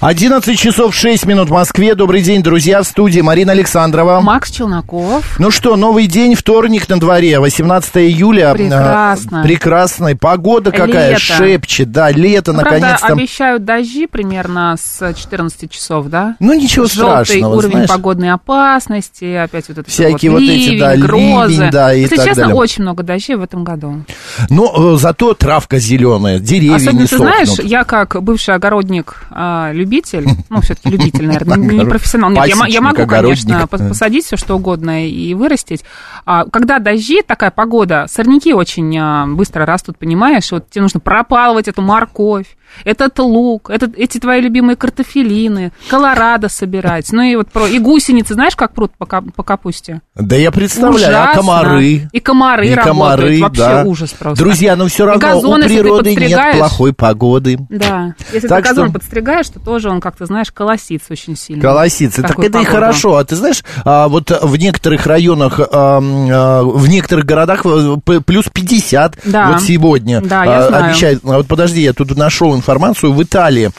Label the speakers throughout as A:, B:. A: 11 часов 6 минут в Москве. Добрый день, друзья, в студии Марина Александрова.
B: Макс Челноков.
A: Ну что, новый день, вторник на дворе, 18 июля. А,
B: Прекрасно.
A: прекрасная погода какая,
B: Лето.
A: шепчет, да, лето,
B: Ну, Правда,
A: наконец-то.
B: обещают дожди примерно с 14 часов, да?
A: Ну, ничего
B: Желтый
A: страшного,
B: уровень
A: знаешь.
B: погодной опасности, опять вот это всё
A: Всякие вот эти, да,
B: ливень, грозы.
A: ливень, да, и
B: Если
A: так
B: честно,
A: далее.
B: очень много дождей в этом году.
A: Но э, зато травка зеленая, деревья
B: Особенно,
A: не
B: А ты
A: сохнут.
B: знаешь, я как бывший огородник-любитель, ну, все-таки любитель, наверное, не
A: Огород-
B: профессионал. Нет, я мо-
A: пасечник,
B: я могу, конечно,
A: огородник.
B: пос- посадить все что угодно и вырастить. А, Когда дожди, такая погода, сорняки очень а, быстро растут, понимаешь? Вот тебе нужно пропалывать эту морковь, этот лук, этот, эти твои любимые картофелины, колорадо собирать. Ну и вот про и гусеницы, знаешь, как прут по, кап- по капусте?
A: Да я представляю, а
B: Ужасно.
A: комары?
B: И комары
A: И
B: работают.
A: комары,
B: Вообще
A: да.
B: ужас просто.
A: Друзья, ну все
B: И
A: равно
B: газон,
A: у
B: если ты
A: природы нет
B: подстригаешь.
A: плохой погоды.
B: Да. Если
A: Так
B: ты
A: что-
B: газон подстригаешь, то тоже он как-то, знаешь, колосится очень сильно.
A: Колосится. Так
B: Такую
A: это и
B: погоду.
A: хорошо. А ты знаешь, а, вот в некоторых районах, а, м, а, в некоторых городах э, п- плюс 50
B: Да.
A: вот сегодня.
B: Да, я
A: а,
B: знаю.
A: Обещает. А Вот подожди, я тут нашел информацию в Италии.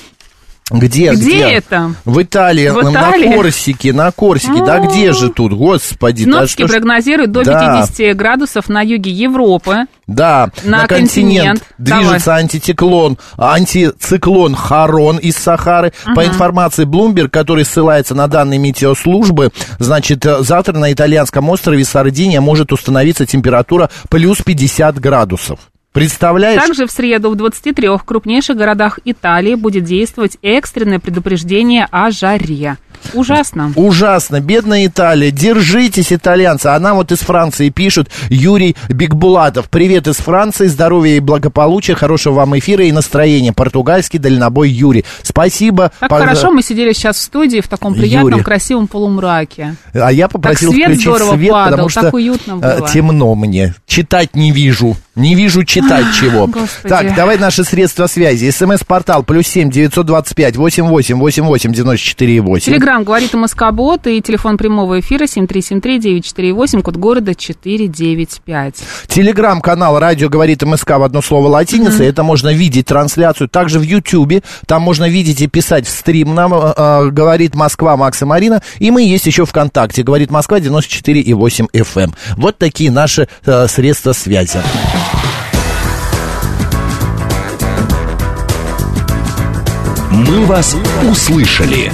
A: Где,
B: Где это?
A: В Италии, э,
B: В
A: на-
B: Италии?
A: на Корсике, на Корсике. Да
B: Ну.
A: где же тут, господи, да
B: Синоптики
A: что ж-
B: прогнозируют до
A: Да.
B: 50 градусов на юге Европы.
A: Да,
B: На
A: на, континент,
B: континент.
A: движется антициклон, антициклон Харон из Сахары. По информации Bloomberg, который ссылается на данные метеослужбы, значит, э, завтра на итальянском острове Сардиния может установиться температура плюс 50 градусов. Представляешь?
B: Также в среду в 23 крупнейших городах Италии будет действовать экстренное предупреждение о жаре. Ужасно.
A: Ужасно, бедная Италия. Держитесь, итальянцы. А нам вот из Франции пишут Юрий Бигбулатов. Привет из Франции, здоровья и благополучия, хорошего вам эфира и настроения. Португальский дальнобой Юрий. Спасибо.
B: Так
A: По-
B: хорошо мы сидели сейчас в студии в таком приятном,
A: Юрий.
B: красивом полумраке.
A: А я попросил
B: Так свет
A: включить
B: здорово
A: свет,
B: падал,
A: потому что
B: так уютно
A: э,
B: было.
A: темно мне. Читать не вижу. Не вижу читать чего.
B: А, Господи.
A: Так, давай наши средства связи. СМС-портал плюс семь девятьсот двадцать пять восемь восемь восемь восемь девяносто четыре восемь.
B: Телеграмм говорит Москобот и телефон прямого эфира 7373948, код города 495.
A: Телеграм-канал «Радио говорит МСК» в одно слово латиница. Это можно видеть трансляцию. Также в Ютьюбе. Там можно видеть и писать в стрим. Нам э, э, «Говорит Москва» Макс и Марина. И мы есть еще ВКонтакте. «Говорит Москва» 94,8 FM. эм. Вот такие наши э, средства связи.
C: «Мы вас услышали».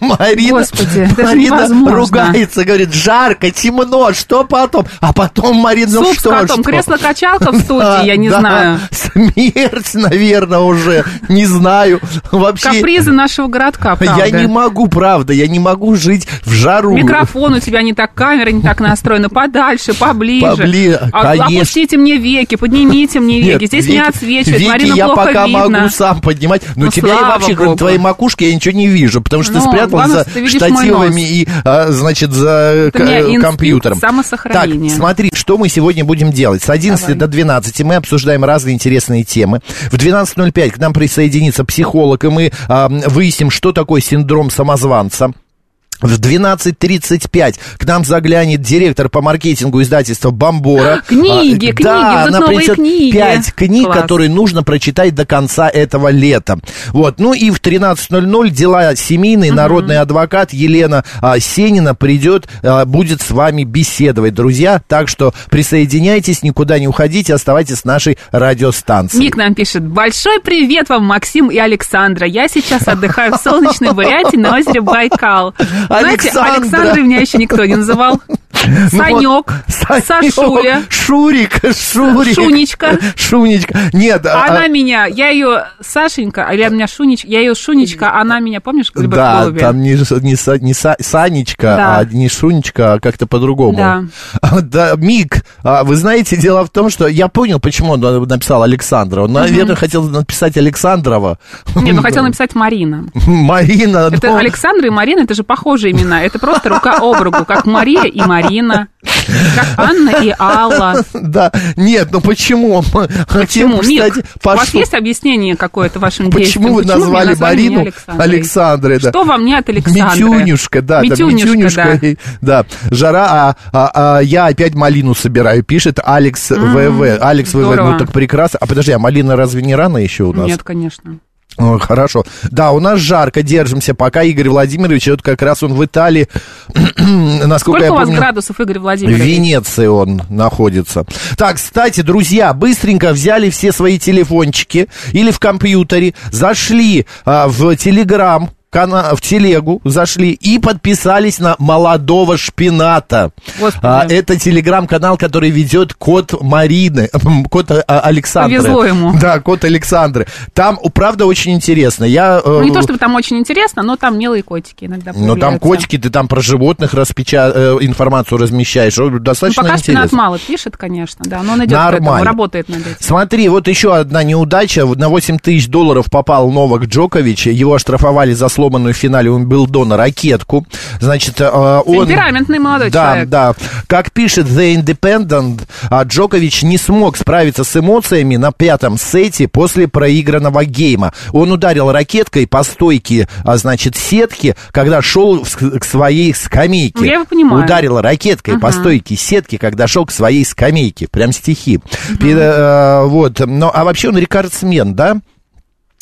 A: Марина,
B: Господи, это же
A: Марина
B: невозможно.
A: ругается, говорит, жарко, темно, что потом? А потом, Марина, ну
B: Суп с
A: что,
B: котом,
A: что?
B: кресло-качалка в
A: Да,
B: студии, я не
A: да,
B: знаю.
A: Смерть, наверное, уже. Не знаю. Вообще.
B: Капризы нашего городка, правда.
A: Я не могу, правда, я не могу жить в жару.
B: Микрофон у тебя не так, камера не так настроена. Подальше, поближе.
A: Побли-
B: А-
A: конечно.
B: Опустите мне веки, поднимите мне
A: Нет,
B: веки. Здесь не
A: веки-
B: отсвечивает,
A: веки
B: Марина
A: я
B: плохо
A: пока
B: видно.
A: могу сам поднимать. Но
B: Ну,
A: тебя и
B: слава
A: вообще,
B: богу.
A: кроме твоей макушки, я ничего не вижу, потому что ты
B: Ну,
A: спряталась
B: главное,
A: за
B: что ты видишь мой
A: штативами
B: нос.
A: и, а, значит, за
B: Это у меня
A: к- э,
B: инстинкт
A: компьютером. Так,
B: самосохранения.
A: смотри, что мы сегодня будем делать. С 11
B: Давай.
A: до 12 мы обсуждаем разные интересные темы. В 12.05 к нам присоединится психолог, и мы а, выясним, что такое синдром самозванца. В 12.35 к нам заглянет директор по маркетингу издательства «Бомбора».
B: Книги,
A: А,
B: книги,
A: да,
B: будут
A: она
B: новые
A: принесет
B: книги.
A: пять книг,
B: Класс.
A: которые нужно прочитать до конца этого лета. Вот, ну и в 13.00 дела семейные, народный адвокат Елена а, Сенина придет, а, будет с вами беседовать, друзья. Так что присоединяйтесь, никуда не уходите, оставайтесь с нашей радиостанцией.
B: Мик нам пишет, большой привет вам, Максим и Александра. Я сейчас отдыхаю в солнечной Бурятии на озере Байкал. Знаете,
A: Александра.
B: Александрой меня еще никто не называл.
A: Ну вот,
B: Санек, Сашуля.
A: Шурик, Шурик.
B: Шунечка.
A: Шунечка. Нет, а-
B: Она меня, я ее Сашенька, или она меня Шунечка, я ее Шунечка, она меня, помнишь, как Любовь
A: Да,
B: Голубя?
A: там не, Ж- не Са- не Са- Санечка,
B: Да.
A: а не Шунечка, а как-то по-другому.
B: Да.
A: А, да, Мик, а, вы знаете, дело в том, что я понял, почему он написал Александра. Он, наверное, хотел написать Александрова.
B: Не, ну хотела написать Марина.
A: Марина.
B: Это
A: ну,
B: Александра и Марина, это же похожие имена. Это просто рука об руку, как Мария и Марина, как Анна и Алла.
A: Да, нет, ну почему? он хотел,
B: Почему?
A: кстати,
B: Мик, у
A: пошу-
B: вас есть объяснение какое-то вашим действиям?
A: Почему вы
B: меня
A: назвали
B: назвали не
A: Марину
B: Александрой?
A: Александрой? да?
B: Что во мне от Александры?
A: Митюнюшка, да,
B: Митюнюшка,
A: да, Митюнюшка,
B: да.
A: и- да. Жара, а, а- а я опять малину собираю, пишет Алекс ВВ. Алекс ВВ,
B: здорово.
A: ну так прекрасно. А подожди, а малина разве не рано еще у нас?
B: Нет, конечно.
A: О, хорошо. Да, у нас жарко, держимся, пока Игорь Владимирович, вот как раз он в Италии, насколько
B: Сколько
A: я
B: у вас
A: помню,
B: градусов, Игорь
A: в
B: Владимирович?
A: Венеции он находится. Так, кстати, друзья, быстренько взяли все свои телефончики или в компьютере, зашли а, в Телеграм, кана- в телегу зашли и подписались на молодого шпината.
B: Господи.
A: А, это телеграм-канал, который ведет кот Марины, кот а, Александры.
B: Повезло ему.
A: Да, кот Александры. Там, у- правда, очень интересно. Я,
B: Ну, не
A: э,
B: то, чтобы там очень интересно, но там милые котики иногда
A: но Ну, там
B: появляются.
A: котики, ты там про животных распеча... э, информацию размещаешь. О,
B: Ну,
A: Достаточно
B: пока
A: интересно.
B: шпинат мало пишет, конечно, да, но он идет к этому,
A: Нормально.
B: работает над этим.
A: Смотри, вот еще одна неудача. На 8 тысяч долларов попал Новак Джокович. Его оштрафовали за сломанную в финале Умбилдона ракетку. Значит, э, он...
B: Темпераментный молодой
A: да,
B: человек.
A: Да, Как пишет The Independent, а, Джокович не смог справиться с эмоциями на пятом сете после проигранного гейма. Он ударил ракеткой по стойке, а, значит, сетки, когда шел в- к своей скамейке.
B: Ну, я его
A: Ударил
B: понимаю.
A: ударила ракеткой по стойке сетки, когда шел к своей скамейке. Прям стихи. Пе- э, вот. Ну, а вообще он рекордсмен, да?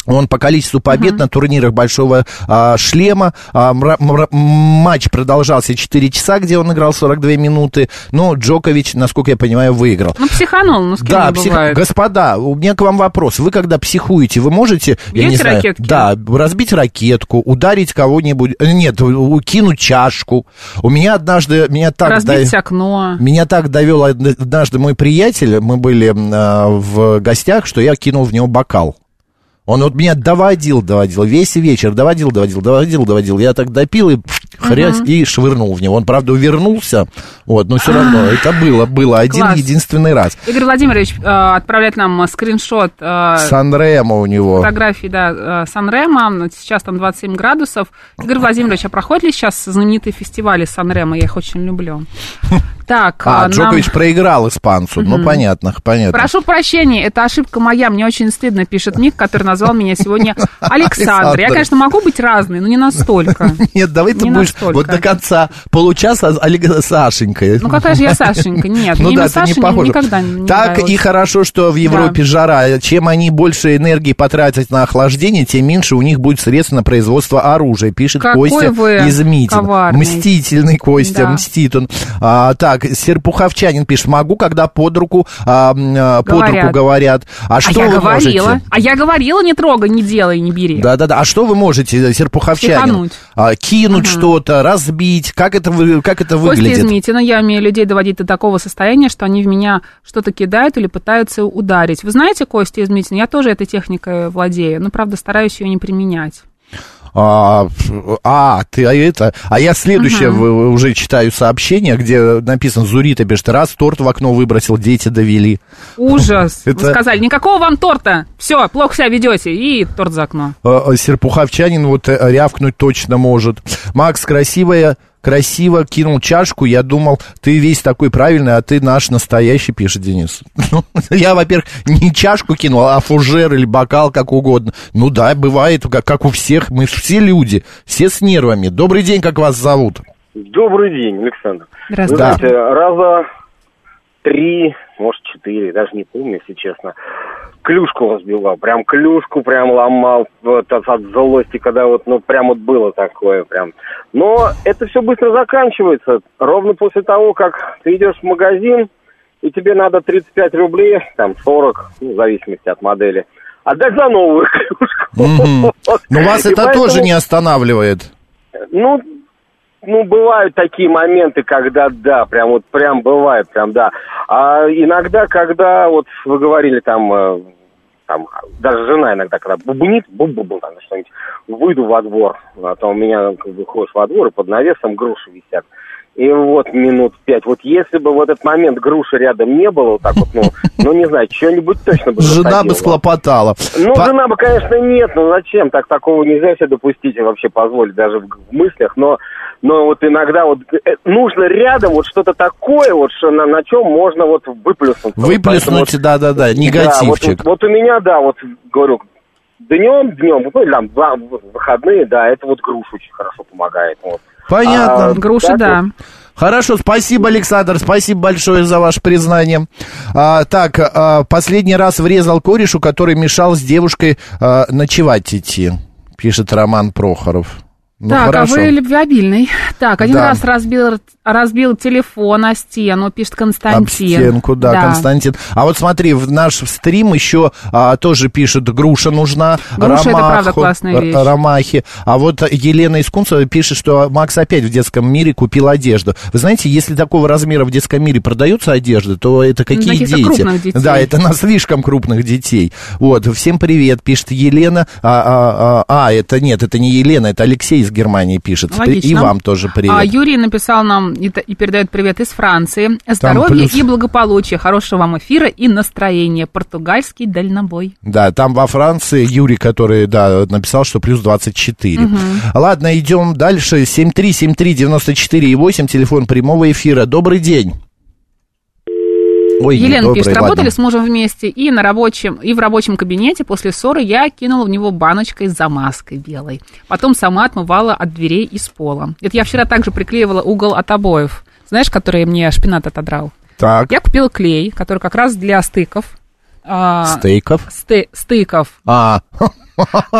A: Он по количеству побед на турнирах большого а, шлема. А, мра- мра- матч продолжался 4 часа, где он играл 42 минуты. Но Джокович, насколько я понимаю, выиграл.
B: Ну, психанул, ну, с кем
A: Да,
B: не
A: псих-
B: бывает.
A: господа, у меня к вам вопрос. Вы когда психуете, вы можете, я не
B: Бьете
A: знаю,
B: ракетки?
A: да, разбить ракетку, ударить кого-нибудь, э, нет, у- укинуть чашку. У меня однажды меня так
B: Разбить
A: да-
B: окно.
A: меня так довел одн- однажды мой приятель, мы были м, а, в гостях, что я кинул в него бокал. Он вот меня доводил, доводил, весь вечер доводил, доводил, доводил, доводил. Я так допил и пф, хрясь, и швырнул в него. Он, правда, увернулся, вот, но все равно это было, было один
B: А. Класс.
A: единственный раз.
B: Игорь Владимирович э, отправляет нам э, скриншот э,
A: Санремо у него.
B: фотографии, да, э, Санрема. Сейчас там 27 градусов. Игорь Владимирович, а проходят ли сейчас знаменитые фестивали Санрема? Я их очень люблю. Так,
A: А,
B: э, нам-
A: Джокович проиграл испанцу. Ну, понятно, понятно.
B: Прошу прощения, это ошибка моя, мне очень стыдно, пишет Ник, который назвал меня сегодня Александр. Я,
A: Александр.
B: конечно, могу быть разной, но не настолько.
A: Нет, давай ты
B: Не
A: будешь
B: настолько.
A: вот до конца получаса с Олег- Сашенькой.
B: Ну какая же я Сашенька? Нет,
A: Ну
B: мне
A: да,
B: имя
A: это не
B: Сашенька
A: похоже.
B: никогда не
A: так и
B: нравилось.
A: хорошо, что в Европе
B: Да.
A: жара. Чем они больше энергии потратят на охлаждение, тем меньше у них будет средств на производство оружия, пишет
B: Какой
A: Костя
B: вы
A: из Митина.
B: коварный.
A: Мстительный Костя,
B: Да.
A: мстит он. А, так, Серпуховчанин пишет, могу, когда под руку, а, м, а, под
B: Говорят.
A: руку говорят. А
B: А
A: что
B: я
A: вы
B: говорила,
A: можете?
B: а я говорила, не трогай, не делай, не бери.
A: Да, да, да. А что вы можете, Серпуховчанин?
B: Психануть.
A: А, кинуть что-то, разбить. Как это, вы- как это
B: Костя из
A: выглядит?
B: Митина, я умею людей доводить до такого состояния, что они в меня что-то кидают или пытаются ударить. Вы знаете, Костя из Митина, я тоже этой техникой владею, но, правда, стараюсь ее не применять.
A: А, ф- а, ты а это. А я следующее в- уже читаю сообщение, где написано Зурита пишет, раз торт в окно выбросил, дети довели.
B: Ужас.
A: Это-
B: Вы сказали, никакого вам торта. Все, плохо себя ведете. И торт за окно.
A: Э, э, Серпуховчанин вот э, рявкнуть точно может. Макс, красивая, красиво кинул чашку. Я думал, ты весь такой правильный, а ты наш настоящий, пишет Денис. Ну, я, во-первых, не чашку кинул, а фужер или бокал, как угодно. Ну да, бывает, как, как у всех. Мы все люди, все с нервами. Добрый день, как вас зовут?
D: Добрый день, Александр. Вы
B: Здравствуйте.
D: знаете, раза три, может четыре, даже не помню, если честно. Клюшку разбивал, прям клюшку прям ломал вот, от, от злости, когда вот, ну, прям вот было такое прям. Но это все быстро заканчивается, ровно после того, как ты идешь в магазин, и тебе надо 35 рублей, там 40, ну, в зависимости от модели, отдать за новую клюшку.
A: Мгм. Но вас
D: И
A: это
D: поэтому-
A: тоже не останавливает.
D: ну, ну, бывают такие моменты, когда да, прям вот прям бывает, прям да. А иногда, когда вот вы говорили там, э, там даже жена иногда, когда бубнит, буб-буб, там что-нибудь, выйду во двор, а то у меня как бы, выходишь во двор, и под навесом груши висят. И вот минут пять. Вот если бы в этот момент груши рядом не было, вот так вот, ну, ну не знаю, что-нибудь точно бы
A: Жена бы
D: засадила.
A: схлопотала.
D: Ну,
A: Па-
D: жена бы, конечно, нет, но зачем? Так такого нельзя себе допустить и вообще позволить даже в, в мыслях, но, но вот иногда вот э, нужно рядом вот что-то такое, вот что на, на чем можно вот выплеснуть. Вот
A: Выплеснуть,
D: поэтому
A: да-да-да,
D: вот- да, вот-
A: негативчик.
D: вот, вот у меня, да, вот говорю, днем, днем, ну, или там два- в выходные, да, это вот груша очень хорошо помогает. вот.
A: Понятно.
D: А,
B: Груши,
D: так
B: да.
A: Хорошо, спасибо, Александр, спасибо большое за ваше признание. А, так, а, последний раз врезал корешу, который мешал с девушкой а, ночевать идти, пишет Роман Прохоров. Ну,
B: так,
A: хорошо.
B: а вы любвеобильный. Так, один
A: Да.
B: раз разбил, разбил телефон о стену, пишет Константин.
A: Об стенку, да, Константин. А вот смотри, в наш стрим еще а, тоже пишут, груша нужна.
B: Груша это правда
A: ромаху,
B: классная
A: р-
B: вещь.
A: Ромахи. А вот Елена из Кунцева пишет, что Макс опять в детском мире купил одежду. Вы знаете, если такого размера в детском мире продается одежда, то это какие
B: каких-то
A: дети?
B: крупных детей.
A: Да, это на слишком крупных детей. Вот, всем привет, пишет Елена. А, а, а, а, это нет, это не Елена, это Алексей из Германии пишет.
B: Логично.
A: И вам тоже привет.
B: А, Юрий написал нам и, т- и передает привет из Франции. Здоровья
A: плюс.
B: и благополучия, хорошего вам эфира и настроения. Португальский дальнобой.
A: Да, там во Франции Юрий, который, да, написал, что плюс 24. Ладно, идем дальше. 7373948, телефон прямого эфира. Добрый день. Ой, не
B: Елена
A: добрый,
B: пишет,
A: ладно.
B: работали с мужем вместе и на рабочем, и в рабочем кабинете после ссоры я кинула в него баночкой с замазкой белой. Потом сама отмывала от дверей из пола. Это я вчера также приклеивала угол от обоев. Знаешь, который мне шпинат отодрал?
A: Так,
B: Я купила клей, который как раз для стыков. а,
A: стейков.
B: сты- стыков.
A: А,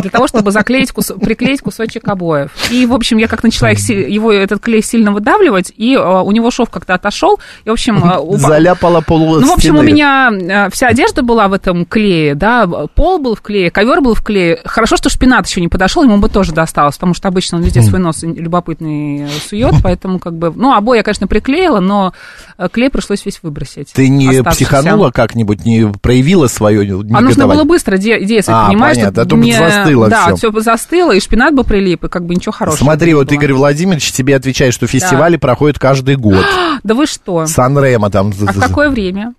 B: для того, чтобы заклеить кус- приклеить кусочек обоев. И, в общем, я как начала их си- его этот клей сильно выдавливать, и э, у него шов как-то отошел, и, в общем, э, у-
A: заляпала полу
B: ну, в общем, у
A: стены.
B: меня э, вся одежда была в этом клее, да, пол был в клее, ковер был в клее. Хорошо, что шпинат еще не подошел, ему бы тоже досталось, потому что обычно он
A: Хм.
B: везде свой нос любопытный э, сует, поэтому как бы... Ну, обои я, конечно, приклеила, но э, клей пришлось весь выбросить.
A: Ты не
B: оставшийся.
A: психанула как-нибудь, не проявила свое
B: А нужно было
A: негодование?
B: быстро де- действовать,
A: А,
B: понимаешь?
A: понятно,
B: чтобы
A: а то бы
B: мне-
A: застыло
B: Да,
A: всё.
B: все бы застыло, и шпинат бы прилип, и как бы ничего хорошего.
A: Смотри,
B: бы не
A: вот
B: было.
A: Игорь Владимирович тебе отвечает, что фестивали проходят каждый год.
B: Да вы что?
A: Сан-Ремо там.
B: А в какое время?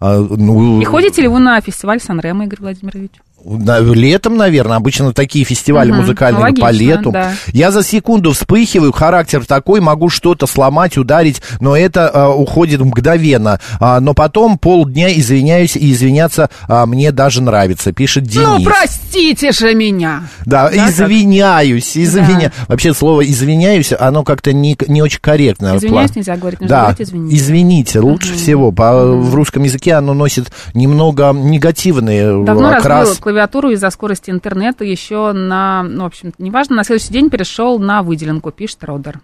A: А, ну,
B: Не ходите ли вы на фестиваль Сан-Ремо, Игорь Владимирович?
A: На- Летом, наверное, обычно такие фестивали
B: Мгм,
A: музыкальные
B: логично,
A: по лету.
B: да.
A: Я за секунду вспыхиваю, характер такой, могу что-то сломать, ударить, но это а, уходит мгновенно. А, но потом полдня извиняюсь, и извиняться а, мне даже нравится, пишет Денис.
B: Ну, простите же меня!
A: Да,
B: как?
A: извиняюсь, извиня... Вообще слово извиняюсь, оно как-то не, не очень корректно.
B: Извиняюсь нельзя говорить, нужно
A: да,
B: говорить «извините».
A: извините, лучше всего. По- В русском языке оно носит немного негативные а,
B: Давно разбил
A: окрас.
B: клавиатуру из-за скорости интернета еще на, ну, в общем, неважно, на следующий день перешел на выделенку, пишет Родер.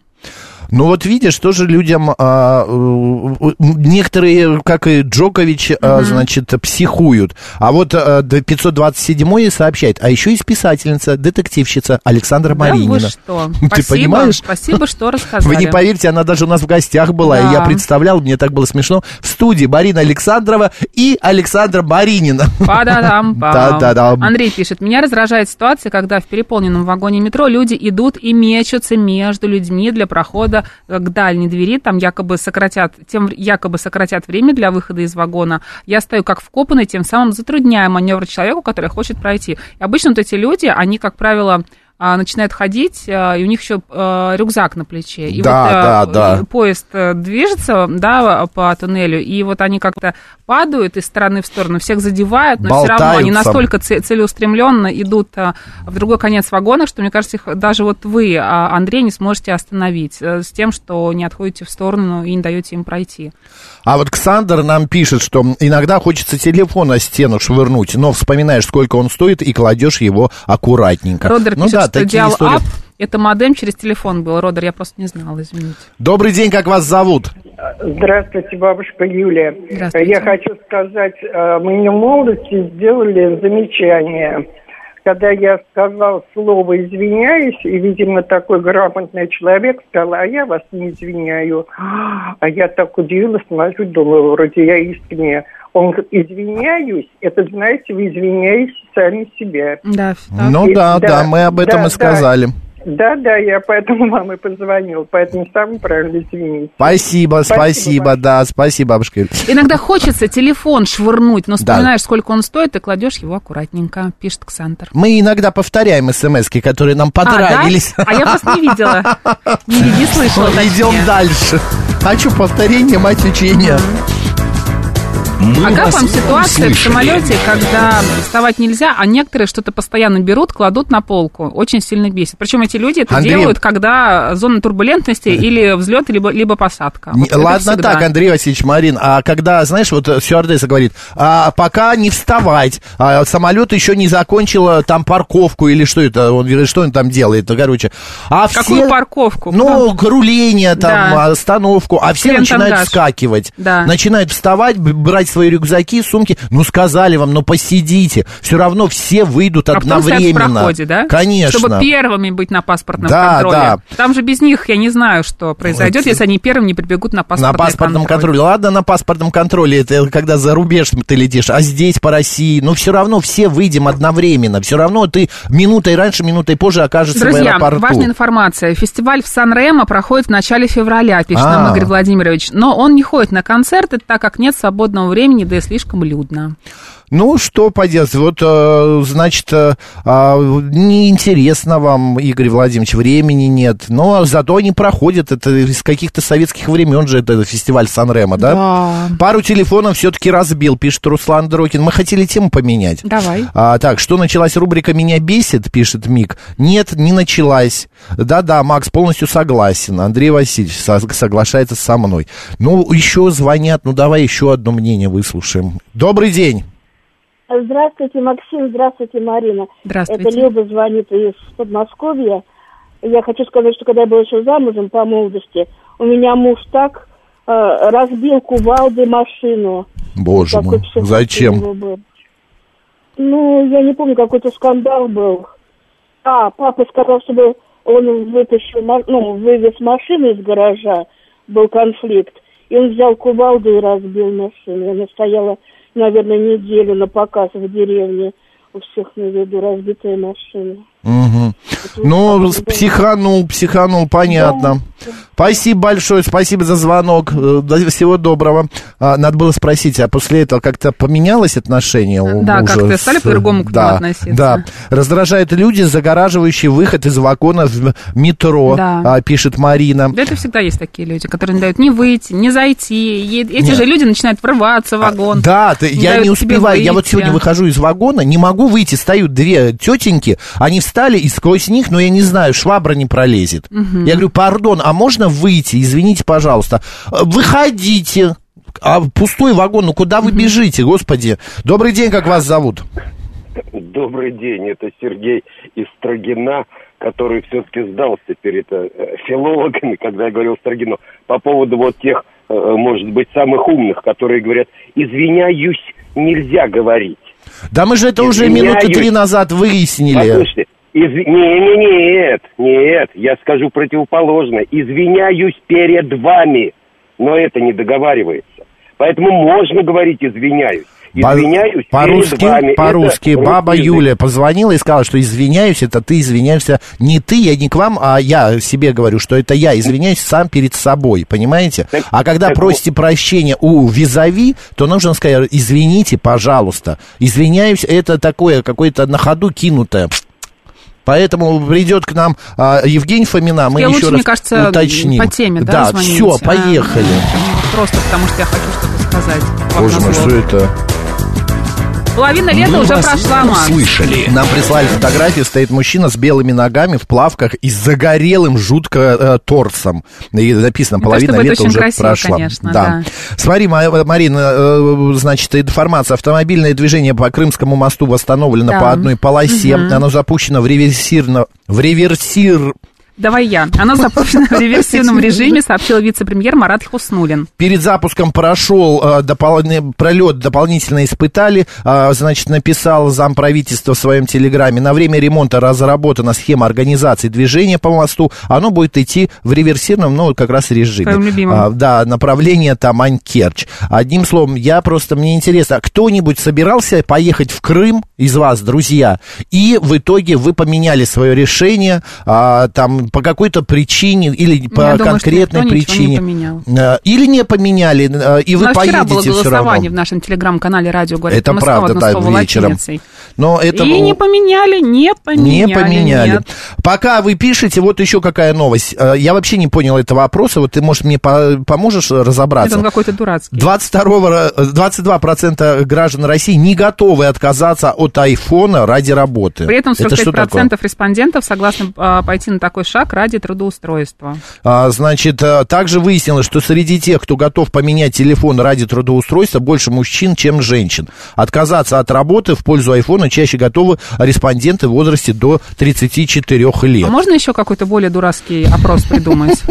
A: Ну вот видишь, тоже людям а, э, некоторые, как и Джокович, а, значит, психуют. А вот а, д- 527-й сообщает, а еще есть писательница, детективщица Александра
B: Да вы
A: Маринина.
B: что?
A: Ты
B: Спасибо,
A: понимаешь?
B: спасибо, что рассказали.
A: Вы не поверите, она даже у нас в гостях была, и я
B: Да.
A: представлял, мне так было смешно, в студии Марина Александрова и Александра Маринина.
B: Па-да-дам, пам.
A: Да-да-дам.
B: Андрей пишет, меня раздражает ситуация, когда в переполненном вагоне метро люди идут и мечутся между людьми для прохода э, к дальней двери, там якобы сократят, тем якобы сократят время для выхода из вагона. Я стою как вкопанный, тем самым затрудняя маневр человеку, который хочет пройти. И обычно вот эти люди, они, как правило, а, начинают ходить, а, и у них еще а, рюкзак на плече. И
A: Да,
B: вот, а,
A: да, да.
B: поезд э, движется, да, по туннелю, и вот они как-то падают из стороны в сторону, всех задевают, но все равно они
A: Болтаются.
B: настолько ц- целеустремленно идут э, в другой конец вагона, что, мне кажется, их даже вот вы, а, Андрей, не сможете остановить э, с тем, что не отходите в сторону и не даете им пройти.
A: А вот Ксандр нам пишет, что иногда хочется телефон о стену швырнуть, но вспоминаешь, сколько он стоит, и кладешь его аккуратненько.
B: Родер
A: ну
B: пишет,
A: да,
B: что
A: такие
B: Dial
A: истории.
B: Up это модем через телефон был. Родер, я просто не знала, извините.
A: Добрый день, как вас зовут?
E: Здравствуйте, бабушка Юлия.
B: Здравствуйте.
E: Я хочу сказать, э, мне в молодости сделали замечание. когда я сказал слово «извиняюсь», и, видимо, такой грамотный человек сказал, а я вас не извиняю. А я так удивилась, смотрю, думаю, вроде я искренне. Он говорит, извиняюсь, это, знаете, вы извиняетесь сами себя.
B: Да, так.
A: Ну
E: И-
A: да,
E: да,
A: да, мы об этом
E: да,
A: и сказали.
E: Да, да, я поэтому вам и позвонил, поэтому самый правильный извините.
A: Спасибо, спасибо,
E: Спасибо
A: да, спасибо, бабушка Юль.
B: Иногда хочется телефон швырнуть, но
A: Да.
B: вспоминаешь, сколько он стоит, и кладешь его аккуратненько, пишет Ксандр.
A: Мы иногда повторяем смс которые нам понравились.
B: А, да? а я просто не видела. Не, не слышала. точнее.
A: Идем дальше. Хочу повторение, мать учения.
C: Мы
B: А как
C: вас
B: вам ситуация
C: услышали.
B: в самолете, когда вставать нельзя, а некоторые что-то постоянно берут, кладут на полку? Очень сильно бесит. Причем эти люди это
A: Андрей, Э.
B: делают, когда зона турбулентности или взлет, либо, либо посадка.
A: Не,
B: А Вот это
A: Ладно
B: всегда.
A: так, Андрей Васильевич Марин, а когда, знаешь, вот э, стюардесса говорит, а, пока не вставать, а, самолет еще не закончил э, там парковку или что это, он говорит, что он там делает, ну, короче. А
B: Какую
A: все-
B: парковку?
A: Ну, руление там,
B: Да.
A: остановку, а все
B: Крентангаж.
A: начинают вскакивать.
B: Да.
A: Начинают вставать, б- брать свои рюкзаки, сумки. Ну, сказали вам, ну, посидите. Все равно все выйдут
B: а потом стоят в
A: одновременно.
B: проходе, да?
A: Конечно.
B: Чтобы первыми быть на паспортном
A: Да,
B: контроле.
A: да.
B: Там же без них я не знаю, что произойдет,
A: Вот.
B: если они первыми не прибегут на
A: На
B: паспортный
A: паспортном контроле. Ладно, на паспортном контроле, это когда за рубеж ты летишь, а здесь по России. Но все равно все выйдем одновременно. Все равно ты минутой раньше, минутой позже окажешься в
B: Друзья,
A: аэропорту.
B: важная информация. Фестиваль в сан проходит в начале февраля, пишет
A: А.
B: нам Игорь Владимирович. Но он не ходит на концерты, так как нет свободного времени, да и слишком людно.
A: Ну, что поделать, вот, э, значит, э, а, неинтересно вам, Игорь Владимирович, времени нет, но зато они проходят, это из каких-то советских времен же это фестиваль Сан-Ремо, да?
B: Да.
A: Пару телефонов все-таки разбил, пишет Руслан Дрокин. Мы хотели тему поменять.
B: Давай.
A: А, так, что началась рубрика «Меня бесит», пишет Мик. Нет, не началась. Да-да, Макс полностью согласен. Андрей Васильевич со- соглашается со мной. Ну, еще звонят, ну давай еще одно мнение выслушаем. Добрый день.
F: Здравствуйте, Максим, здравствуйте, Марина.
B: Здравствуйте.
F: Это Люба звонит из Подмосковья. Я хочу сказать, что когда я была еще замужем по молодости, у меня муж так э, разбил кувалдой машину.
A: Боже
F: Такой
A: мой,
F: психоз у
A: зачем?
F: него был. Ну, я не помню, какой-то скандал был. А, папа сказал, чтобы он вытащил, ма- ну, вывез машину из гаража, был конфликт, и он взял кувалду и разбил машину. Она стояла, наверное, неделю на показ в деревне у всех на виду, разбитая машина.
A: Мгм. Ну, с- психанул, психанул, понятно. Спасибо большое, спасибо за звонок. Э, до- Всего доброго. А, Надо было спросить, а после этого как-то поменялось отношение у
B: Да,
A: мужа
B: как-то стали
A: с- э,
B: по-другому к нему
A: да,
B: относиться?
A: Да, раздражают люди, загораживающие выход из вагона в метро,
B: Да.
A: а, пишет Марина.
B: Да это всегда есть такие люди, которые не дают ни выйти, ни зайти. Е- Эти
A: Нет. А,
B: же люди начинают врываться в вагон.
A: Да, ты- я
B: дают
A: не
B: тебе
A: успеваю. Я вот
B: выйти.
A: сегодня выхожу из вагона, не могу выйти. Стоят две тетеньки, они встали, и сквозь них, но я не знаю, швабра не пролезет. Я говорю, пардон, а можно выйти? Извините, пожалуйста. «Э, Выходите. А пустой вагон, ну куда вы бежите, господи? Добрый день, как вас зовут?
D: Добрый день, это Сергей из Строгина, который все-таки сдался перед э, э, филологами, когда я говорил Строгину, по поводу вот тех, э, может быть, самых умных, которые говорят, извиняюсь, нельзя говорить.
A: Да мы же это уже
D: Извиняюсь.
A: минуты три назад выяснили.
D: Послушайте, изв- не, не, нет, нет, я скажу противоположно. Извиняюсь перед вами, но это не договаривается. Поэтому можно говорить извиняюсь.
A: По-
D: Извиняюсь перед вами.
A: По-русски,
D: Это
A: по-русски.
D: русский
A: Баба
D: язык.
A: Юля позвонила и сказала, что извиняюсь, это ты извиняешься. Не ты, я не к вам, а я себе говорю, что это я извиняюсь сам перед собой, понимаете?
D: Так-
A: а когда
D: так
A: просите прощения у визави, то нужно сказать, извините, пожалуйста. Извиняюсь, это такое, какое-то на ходу кинутое. Поэтому придет к нам а, Евгений Фомина, мы
B: Я
A: еще
B: лучше,
A: раз
B: мне кажется,
A: уточним.
B: по теме, да,
A: Да,
B: звонить?
A: все,
B: А,
A: поехали.
B: Просто потому что я хочу что-то сказать. вам
A: Боже мой,
B: назло.
A: что Ну, это?
B: Половина лета
C: Мы
B: уже
C: вас
B: прошла, Макс.
C: услышали.
A: Нам прислали фотографию, стоит мужчина с белыми ногами в плавках и с загорелым жутко э, торсом. И написано,
B: то,
A: половина
B: чтобы это
A: лета
B: очень
A: уже
B: красиво,
A: прошла.
B: конечно, да.
A: Смотри, Ма- Марина, э, значит, информация. Автомобильное движение по Крымскому мосту восстановлено
B: Да.
A: по одной полосе. Оно запущено в реверсирно... В реверсир...
B: Давай я. Она запущена в реверсивном режиме, сообщил вице-премьер Марат Хуснулин.
A: Перед запуском прошел э, дополн- пролет, дополнительно испытали. Э, Значит, написал замправительство в своем телеграме. На время ремонта разработана схема организации движения по мосту. Оно будет идти в реверсивном, ну, как раз режиме.
B: Твоем любимом.
A: А, Да, направление Тамань-Керчь. Одним словом, я просто, мне интересно, а кто-нибудь собирался поехать в Крым из вас, друзья, и в итоге вы поменяли свое решение а, там по какой-то причине или по
B: Я думаю, что
A: конкретной
B: никто ничего не
A: причине.
B: поменял.
A: Э, Или не поменяли, э, и вы
B: Ну, а вчера было
A: поедете все равно.
B: голосование в нашем телеграм-канале «Радио говорит
A: Это
B: Москва»
A: правда,
B: одно
A: да,
B: слово
A: вечером.
B: латиницей.
A: Но это
B: И не поменяли, не поменяли.
A: не поменяли.
B: нет.
A: Пока вы пишете, вот еще какая новость. Э, Я вообще не понял этого вопроса. Вот ты, может, мне по- поможешь
B: Это
A: разобраться?
B: он какой-то дурацкий.
A: 22, э, 22% граждан России не готовы отказаться от айфона ради работы.
B: При этом
A: Это что
B: 45%
A: такое?
B: респондентов согласны а, пойти на такой шаг ради трудоустройства.
A: А, Значит, э, также выяснилось, что среди тех, кто готов поменять телефон ради трудоустройства, больше мужчин, чем женщин. Отказаться от работы в пользу айфона чаще готовы респонденты в возрасте до 34 лет.
B: А можно еще какой-то более дурацкий опрос придумать?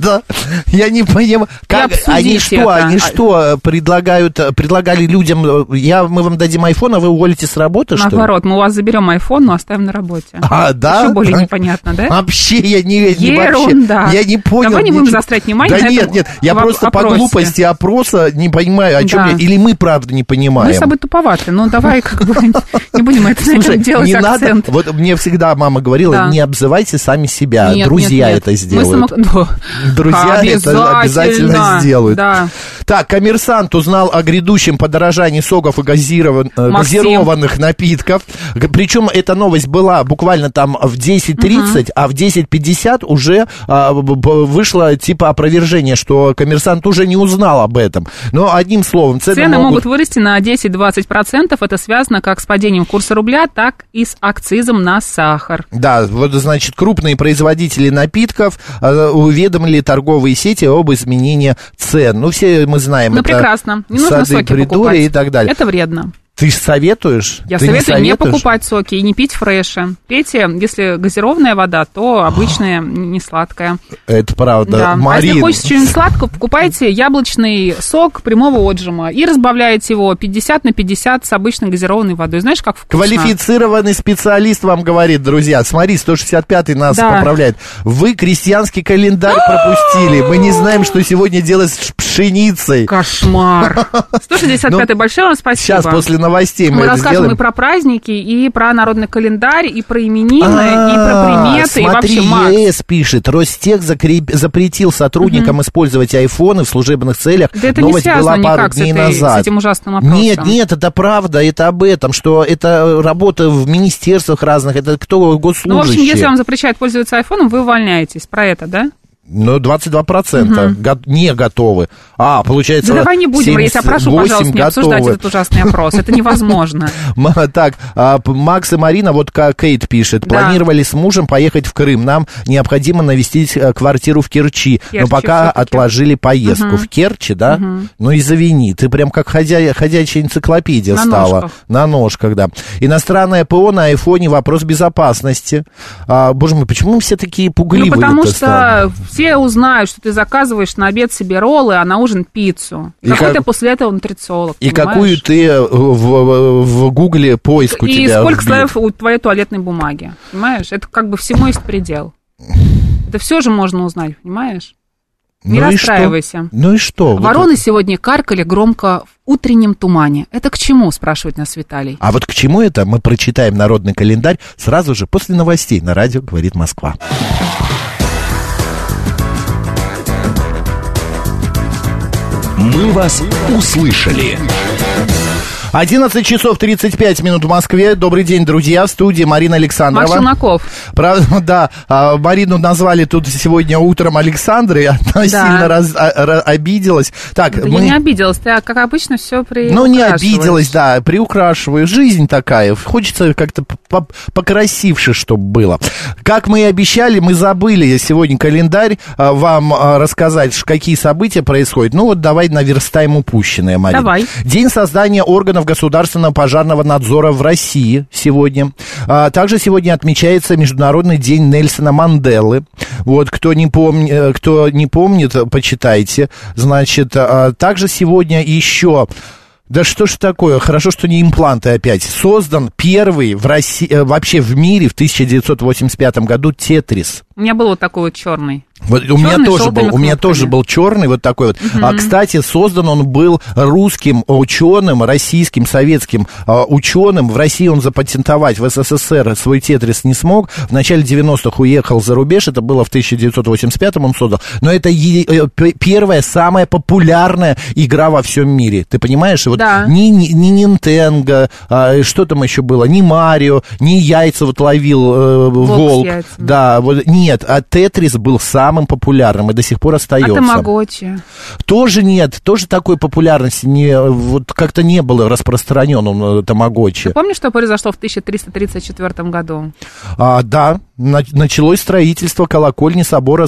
A: Да, я не понимаю, как
B: обсудите
A: они что,
B: это. А
A: они что э, предлагают, э, предлагали людям, э, я, мы вам дадим айфон, а вы уволите с работы, что ли?
B: Наоборот, мы у вас заберем iPhone, но оставим на работе.
A: А, да?
B: Еще более непонятно, да?
A: Вообще я не, не вообще,
B: Ерунда.
A: я не понял.
B: Давай не будем
A: ничего.
B: заострять внимание
A: Да
B: на
A: нет,
B: этом
A: нет, я
B: воп-
A: просто по
B: опросе.
A: глупости опроса не понимаю, о чем
B: Да.
A: я, или мы правда не
B: Мы
A: понимаем.
B: с тобой туповаты, но давай как бы не будем это на этом
A: Слушай,
B: делать
A: не надо,
B: акцент.
A: вот мне всегда мама говорила,
B: Да.
A: не обзывайте сами себя,
B: Нет,
A: Э, друзья
B: нет, нет.
A: это
B: Мы
A: сделают.
B: само- Ну, Да.
A: Друзья это обязательно сделают.
B: Да.
A: Так, коммерсант узнал о грядущем подорожании соков и газирован- э,
B: Максим.
A: газированных напитков. Г- Причем эта новость была буквально там в 10.30, а в 10.50 уже а, б- б- вышло типа опровержение, что коммерсант уже не узнал об этом. Но одним словом, цены,
B: Цены
A: могут...
B: могут вырасти на 10-20%. Это связано как с падением курса рубля, так и с акцизом на сахар.
A: Да, вот значит, крупные производители напитков э, уведомили торговые сети об изменении цен. Ну, все мы знаем,
B: Ну,
A: это
B: прекрасно. Не нужно
A: сады,
B: соки покупать.
A: придуры и так далее.
B: Это вредно.
A: Ты ж советуешь?
B: Я
A: Ты не
B: советую не,
A: советуешь?
B: покупать соки и не пить фреши. Пейте, если газированная вода, то обычная, не сладкая.
A: Это правда.
B: Да. А если
A: Марин,
B: хочется что-нибудь сладкого, покупайте яблочный сок прямого отжима и разбавляете его 50 на 50 с обычной газированной водой. Знаешь, как вкусно?
A: квалифицированный специалист вам говорит, друзья. Смотри, 165-й нас
B: Да.
A: поправляет. Вы крестьянский календарь пропустили. Мы не знаем, что сегодня делать с пшеницей.
B: Кошмар. 165-й, большое вам спасибо.
A: Ну, Сейчас, после новостей, мы,
B: Мы
A: это
B: расскажем
A: сделаем.
B: и про праздники, и про народный календарь, и про именины, и про
A: А,
B: приметы,
A: Смотри, э,
B: и вообще Макс.
A: ЕС пишет, Ростех закреп- запретил сотрудникам использовать айфоны в служебных целях.
B: Да это не
A: Новость
B: связано
A: была пару
B: никак с,
A: дней
B: этой-
A: назад.
B: с этим ужасным опросом.
A: Нет, нет, это правда, это об этом, что это э, работа в министерствах разных, это кто
B: Ну, в
A: госслужащие.
B: общем, если вам запрещают пользоваться айфоном, вы увольняетесь. Про это, да?
A: Ну, 22% го- не готовы. А, получается,
B: Да давай не будем, я тебя прошу,
A: 78
B: пожалуйста, не обсуждать
A: готовы.
B: этот ужасный опрос. Это невозможно.
A: М, Так, а, П- Макс и Марина, вот как Кейт пишет,
B: Да.
A: планировали с мужем поехать в Крым. Нам необходимо навестить э, квартиру в Керчи, но
B: Керчи
A: пока
B: всё-таки.
A: отложили поездку.
B: Мгм.
A: В Керчи, да? Ну, извини, ты прям как ходя- ходячая энциклопедия
B: На
A: стала.
B: ножках.
A: На ножках, да. Иностранное ПО на айфоне вопрос безопасности. А, боже мой, почему мы все такие
B: Ну,
A: пугливые?
B: потому что все узнают, что ты заказываешь на обед себе роллы, а на ужин пиццу.
A: И
B: Какой
A: как-
B: ты после этого нутрициолог,
A: И
B: понимаешь?
A: какую ты э, в, в- в гугле поиск у
B: И
A: тебя
B: сколько
A: вбит?
B: слоев у твоей туалетной бумаги, понимаешь? Это как бы всему есть предел. Это все же можно узнать, понимаешь? Не
A: и
B: расстраивайся.
A: что? Ну и что? Вот
B: Вороны сегодня каркали громко в утреннем тумане. Это к чему, спрашивает нас Виталий.
A: А вот к чему это, мы прочитаем народный календарь сразу же после новостей на радио «Говорит Москва».
C: «Мы вас услышали».
A: 11 часов 35 минут в Москве. Добрый день, друзья. В студии Марина
B: Марк
A: Александрова.
B: Челноков.
A: Правда, да, а, Марину назвали тут сегодня утром Александрой, и она сильно раз- а- ра- обиделась. Так,
B: Да
A: мы...
B: Я не обиделась, ты, а, как обычно, все при.
A: Ну, не обиделась, да, приукрашиваю. Жизнь такая, хочется как-то по- покрасивше, чтобы было. Как мы и обещали, мы забыли сегодня календарь а, вам а, рассказать, ш- какие события происходят. Ну, вот давай наверстаем упущенное, Марина.
B: Давай.
A: День создания органа органов государственного пожарного надзора в России сегодня. А также сегодня отмечается Международный день Нельсона Манделы. Вот, кто не, помни, э, кто не помнит, почитайте. Значит, а также сегодня еще... Да что ж такое, хорошо, что не импланты опять. Создан первый в России, э, вообще в мире в 1985 году тетрис.
B: У меня был вот такой вот черный.
A: Вот у меня
B: Чёрный с
A: тоже был,
B: желтыми
A: у меня
B: кнопками.
A: тоже был черный вот такой вот. А, кстати, создан он был русским ученым, российским, советским а, ученым. В России он запатентовать в СССР свой тетрис не смог. В начале 90-х уехал за рубеж, это было в 1985-м он создал. Но это е- э, п- первая, самая популярная игра во всем мире. Ты понимаешь? И Вот
B: Да.
A: ни, ни, ни Nintendo, а, и что там еще было, ни Марио, ни яйца вот ловил э,
B: Волк с
A: волк.
B: яйцами.
A: Да, вот нет, а Тетрис был самым популярным и до сих пор
B: А
A: остается.
B: тамагочи?
A: Тоже нет, тоже такой популярности не, вот как-то не было распространен он э, Тамагочи.
B: Помнишь, что произошло в 1334 году?
A: А, да, на- началось строительство колокольни собора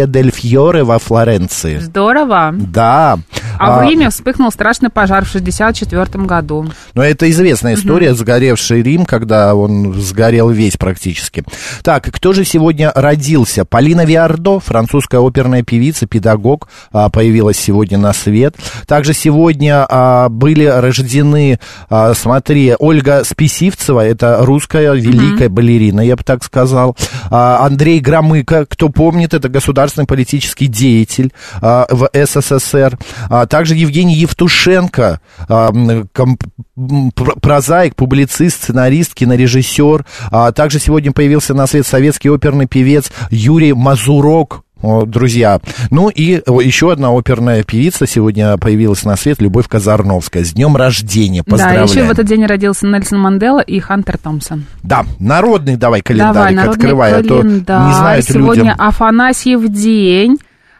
A: Санта-Мария-дель-Фьоре во Флоренции.
B: Здорово.
A: Да.
B: А,
A: А,
B: в Риме вспыхнул страшный пожар в 64 году.
A: Но это известная история, сгоревший Рим, когда он сгорел весь практически. Так, кто же сегодня родился? Полина Виардо, французская оперная певица, педагог, а, появилась сегодня на свет. Также сегодня а, были рождены, а, смотри, Ольга Списивцева, это русская великая балерина, я бы так сказал. А, Андрей Громыко, кто помнит, это государственный политический деятель а, в СССР. А также Евгений Евтушенко, а, м, комп- м, пр- прозаик, публицист, сценарист, кинорежиссер. А также сегодня появился на свет советский оперный певец Юрий Мазурок. о, Друзья. Ну и о, еще одна оперная певица сегодня появилась на свет, Любовь Казарновская. С днем рождения, поздравляем.
B: Да, еще в этот день родился Нельсон Мандела и Хантер Томпсон.
A: Да, народный давай календарик
B: Давай, народный
A: открывай, а то
B: календарь.
A: не знают
B: Сегодня
A: люди.
B: Афанасьев день.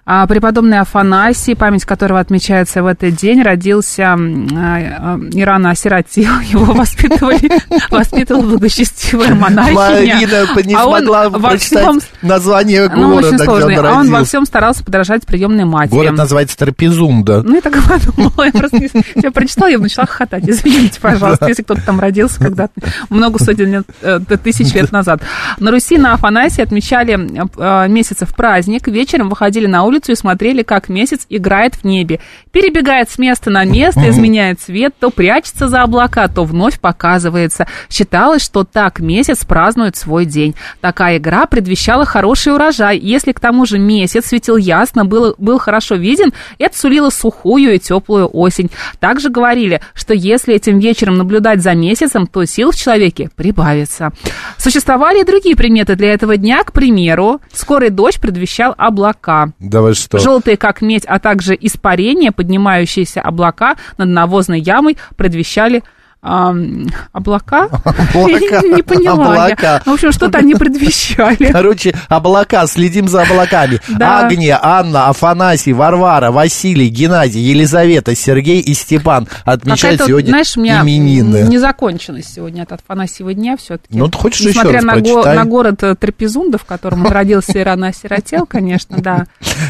B: А, Преподобный Афанасий, память которого отмечается в этот день, родился м, а, а, и рано осиротел, его воспитывали, воспитывала благочестивая монахиня.
A: Марина не
B: А он
A: смогла
B: во
A: прочитать
B: всем-
A: название
B: Ну, он очень
A: города,
B: сложный.
A: где он
B: А он во
A: родился.
B: всем старался подражать приемной матери.
A: Город называется Трапезунда.
B: Ну, я так и подумала. Я просто не- я прочитала, я начала хохотать. Извините, пожалуйста, если кто-то там родился когда-то много сотен лет, э, тысяч лет назад. На Руси на Афанасии отмечали э, э, месяцев праздник. Вечером выходили на улицу и смотрели, как месяц играет в небе. Перебегает с места на место, изменяет цвет, то прячется за облака, то вновь показывается. Считалось, что так месяц празднует свой день. Такая игра предвещала хороший урожай. Если к тому же месяц светил ясно, было, был хорошо виден, это сулило сухую и теплую осень. Также говорили, что если этим вечером наблюдать за месяцем, то сил в человеке прибавится. Существовали и другие приметы для этого дня. К примеру, скорый дождь предвещал облака.
A: Да вы что?
B: Желтые, как медь, а также испарения, поднимающиеся облака над навозной ямой, предвещали ам, облака? Я не поняла.
A: Облака.
B: я. Ну, В общем, что-то они предвещали.
A: Короче, облака, следим за облаками.
B: Да.
A: Агния, Анна, Афанасий, Варвара, Василий, Геннадий, Елизавета, Сергей и Степан отмечают
B: Какая-то,
A: сегодня
B: знаешь, у меня
A: именины.
B: незаконченность сегодня от Афанасьева дня все-таки.
A: Ну, ты хочешь еще
B: Несмотря
A: раз
B: на,
A: прочитай?
B: на город э, Трапезунда, в котором он родился и рано осиротел, конечно, да.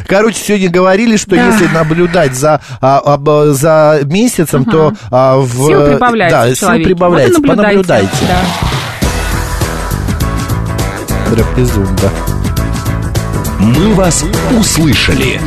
A: Короче, сегодня говорили, что
B: Да.
A: если наблюдать за, а, об, э, за месяцем, то а, в,
B: Сил прибавляется
A: Да,
B: в
A: сил
B: человеке.
A: прибавляется.
B: Вот и наблюдайте.
A: Понаблюдайте.
B: Да.
A: Трапезунда.
C: «Мы вас услышали».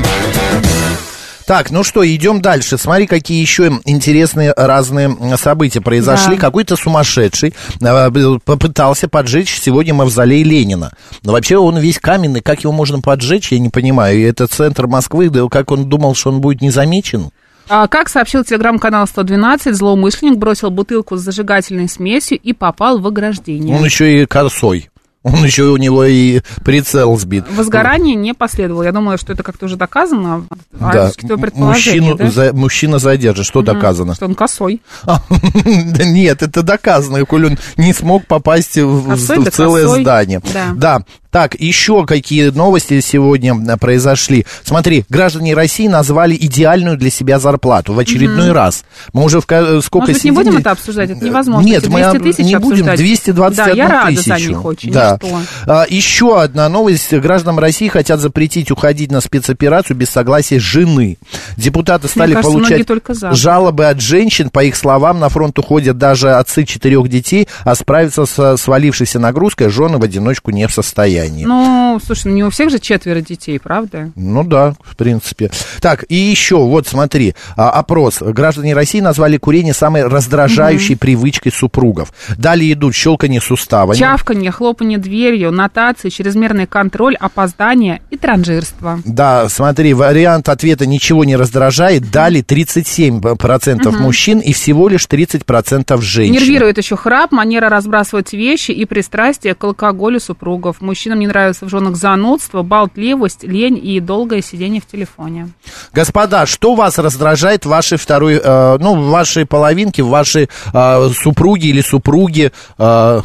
A: Так, ну что, идем дальше. Смотри, какие еще интересные разные м, события произошли.
B: Да.
A: Какой-то сумасшедший э, б- попытался поджечь сегодня мавзолей Ленина. Но вообще он весь каменный, как его можно поджечь, я не понимаю. И это центр Москвы, да как он думал, что он будет незамечен?
B: А, Как сообщил телеграм-канал 112, злоумышленник бросил бутылку с зажигательной смесью и попал в ограждение.
A: Он еще и косой. Он еще у него и прицел сбит.
B: Возгорание не последовало. Я думала, что это как-то уже доказано. а
A: Да,
B: что
A: м-
B: предположение,
A: мужчину,
B: да?
A: за- мужчина задержит, что доказано.
B: Что он косой.
A: А, Да нет, это доказано, коль он не смог попасть в, в-
B: Косой,
A: в
B: да
A: целое
B: косой.
A: здание.
B: Да.
A: Так, еще какие новости сегодня э, произошли. Смотри, граждане России назвали идеальную для себя зарплату в очередной
B: Мгм.
A: раз. Мы уже в ка- э, сколько
B: Может быть, не
A: сидим
B: будем
A: здесь?
B: это обсуждать? Это невозможно.
A: Нет,
B: Эти
A: мы
B: 200
A: об-
B: тысяч
A: не будем.
B: обсуждать.
A: 221
B: Да, я рада за
A: тысячу.
B: них очень.
A: Да.
B: Ну что?
A: А, Еще одна новость. Гражданам России хотят запретить уходить на спецоперацию без согласия жены. Депутаты стали
B: кажется, многие
A: получать
B: только за.
A: жалобы от женщин. По их словам, на фронт уходят даже отцы четырех детей, а справиться со свалившейся нагрузкой жены в одиночку не в состоянии.
B: Ну, слушай, ну не у всех же четверо детей, правда?
A: Ну да, в принципе. Так, и еще, вот смотри, а, опрос. Граждане России назвали курение самой раздражающей привычкой супругов. Далее идут щелканье суставами.
B: Чавканье, хлопанье дверью, нотации, чрезмерный контроль, опоздание и транжирство.
A: Да, смотри, вариант ответа «ничего не раздражает» дали 37%
B: Мгм.
A: мужчин и всего лишь 30% женщин.
B: Нервирует еще храп, манера разбрасывать вещи и пристрастие к алкоголю супругов. Мужчинам не нравится в женах занудство, болтливость, лень и долгое сидение в телефоне.
A: Господа, что вас раздражает в вашей второй, э, ну, в вашей половинке, в вашей э, супруге или супруге, э,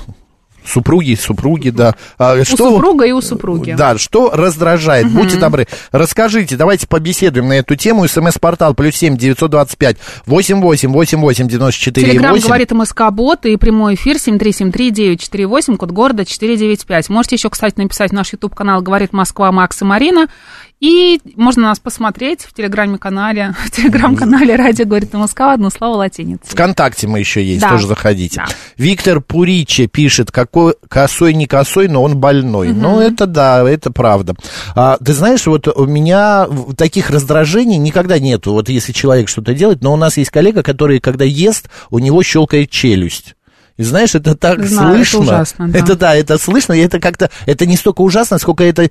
A: супруги, супруги, да. А,
B: У
A: что,
B: супруга и у супруги.
A: Да, что раздражает? Будьте добры, расскажите, давайте побеседуем на эту тему. СМС-портал плюс семь девятьсот двадцать пять восемь восемь восемь восемь девяносто четыре
B: Телеграм
A: восемь.
B: говорит МСК-бот и прямой эфир 7373948, код города 495. Можете еще, кстати, написать в наш YouTube-канал «Говорит Москва» Макс и Марина. И можно нас посмотреть в телеграме-канале, в телеграм-канале «Радио говорит Москва», одно слово латиница.
A: ВКонтакте мы еще есть,
B: Да.
A: тоже заходите.
B: Да.
A: Виктор Пуриче пишет, какой косой не косой, но он больной. Ну, это да, это правда. А, ты знаешь, вот у меня в- таких раздражений никогда нету, вот если человек что-то делает, но у нас есть коллега, который, когда ест, у него щелкает челюсть. И знаешь, это так
B: Знаю, это
A: слышно.
B: ужасно, да.
A: Это да, это слышно, и это как-то, это не столько ужасно, сколько это, э,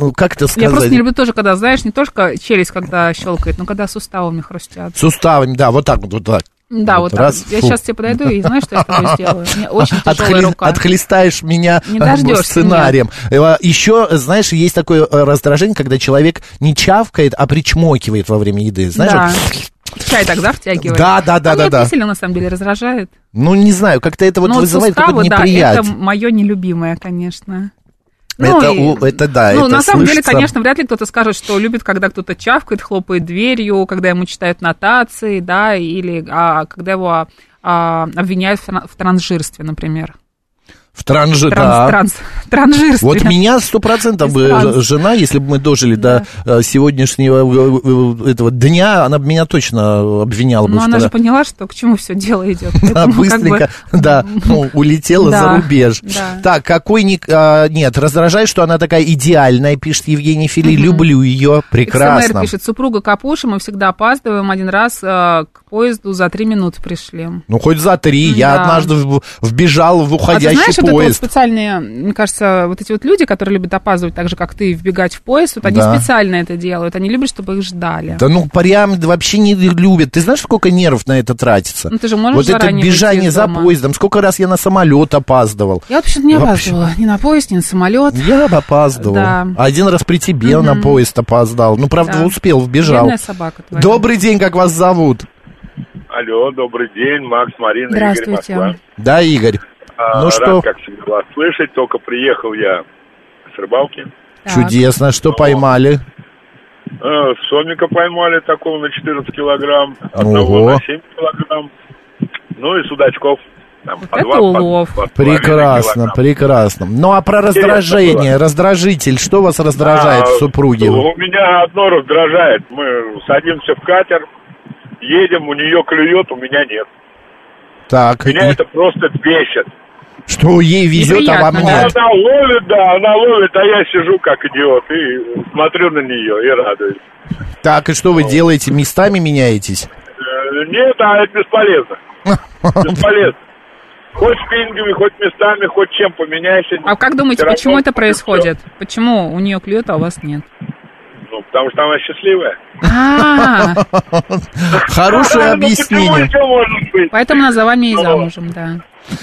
A: ну, как это сказать?
B: Я просто не люблю тоже, когда, знаешь, не только челюсть, когда щелкает, но когда суставами хрустят.
A: Суставами, да, вот так вот, вот так.
B: Да, вот,
A: Вот
B: так.
A: раз,
B: я
A: фу.
B: сейчас тебе подойду и знаешь, что я с тобой сделаю? У меня очень тяжелая
A: Отхли-
B: рука.
A: Отхлестаешь меня
B: Не
A: э,
B: дождешься
A: сценарием. Э, Еще, знаешь, есть такое э, раздражение, когда человек не чавкает, а причмокивает во время еды. Знаешь,
B: Да.
A: вот,
B: Чай тогда втягивает.
A: Да, да, да, да,
B: А меня это
A: да.
B: не сильно, на самом деле, раздражает.
A: ну не знаю, как-то это вот
B: Но вот
A: вызывает
B: суставы,
A: какое-то
B: да, это
A: неприятие.
B: мое нелюбимое, конечно. Ну
A: Это
B: и-
A: у- это да,
B: Ну,
A: это
B: на самом деле,
A: слышится.
B: конечно, вряд ли кто-то скажет, что любит, когда кто-то чавкает, хлопает дверью, когда ему читают нотации, да, или а, когда его а, а, обвиняют в тран- в транжирстве, например.
A: В транже, да.
B: Транс, транс, транжирстве.
A: Вот меня сто процентов бы э,
B: Из транса.
A: жена, если бы мы дожили до э, сегодняшнего э, э, этого дня, она бы меня точно э, обвиняла бы. в
B: Но Ну, она
A: тра-
B: же поняла, что к чему все дело идет.
A: Да,
B: Поэтому как бы-
A: быстренько, да, ну, улетела
B: Да,
A: за рубеж.
B: да.
A: Так, какой ник... а, нет, раздражает, что она такая идеальная, пишет Евгений Фили. Люблю ее,
B: XMR
A: прекрасно.
B: пишет, супруга Капуша, мы всегда опаздываем. Один раз э, к поезду за три минуты пришли.
A: Ну, хоть за три. Я
B: Да.
A: однажды в- вбежал в
B: а ты
A: уходящий
B: знаешь, вот это вот
A: поезд.
B: специальные, мне кажется, вот эти вот люди, которые любят опаздывать так же, как ты, вбегать в поезд, вот они
A: Да.
B: специально это делают. Они любят, чтобы их ждали.
A: Да ну, прям вообще не любят. Ты знаешь, сколько нервов на это тратится?
B: Ну, ты же можешь
A: вот это
B: заранее выйти
A: бежание
B: из
A: за
B: дома.
A: поездом. Сколько раз я на самолет опаздывал.
B: Я, вообще не
A: Вообще.
B: опаздывала ни на поезд, ни на самолет.
A: Я опаздывал.
B: Да.
A: Один раз при тебе на поезд опоздал. Ну, правда,
B: Да.
A: успел, вбежал.
B: Бедная собака твоя.
A: Добрый день, как вас зовут?
G: Алло, добрый день, Макс, Марина,
B: Здравствуйте.
G: Игорь Москва.
A: Да, Игорь.
G: А,
A: ну
G: рад,
A: что,
G: как всегда, вас слышать. Только приехал я с рыбалки.
B: Так.
A: чудесно, что поймали.
G: Э, Сомика поймали такого на 14 килограмм,
A: Ого.
G: одного на 7 килограмм. Ну и судачков. Там, по
B: это
G: два, по-
B: улов.
G: по с половиной
A: Прекрасно,
G: килограмма.
A: прекрасно. Ну а про
G: Интересно
A: раздражение, раздражитель, что вас раздражает в
G: А,
A: супруге?
G: У меня одно раздражает. Мы садимся в катер, едем, у нее клюет, у меня нет.
A: Так,
G: Меня
A: и
G: это просто бесит.
A: что ей везет, а вам
B: Неприятно,
A: нет?
G: Она ловит, да, она ловит, а я сижу как идиот и смотрю на нее и радуюсь.
A: Так, и что вы делаете, местами меняетесь?
G: Э, Нет, а это бесполезно. Бесполезно. Хоть спиннингами, хоть местами, хоть чем поменяйся.
B: А как думаете,
G: Всё равно
B: почему это
G: всё.
B: происходит? Почему у нее клюет, а у вас нет?
G: Ну, потому что она счастливая.
B: А,
A: Хорошее
G: Да, ну почему
A: объяснение.
G: еще может быть?
B: поэтому она за вами и
G: Ну,
B: замужем, да.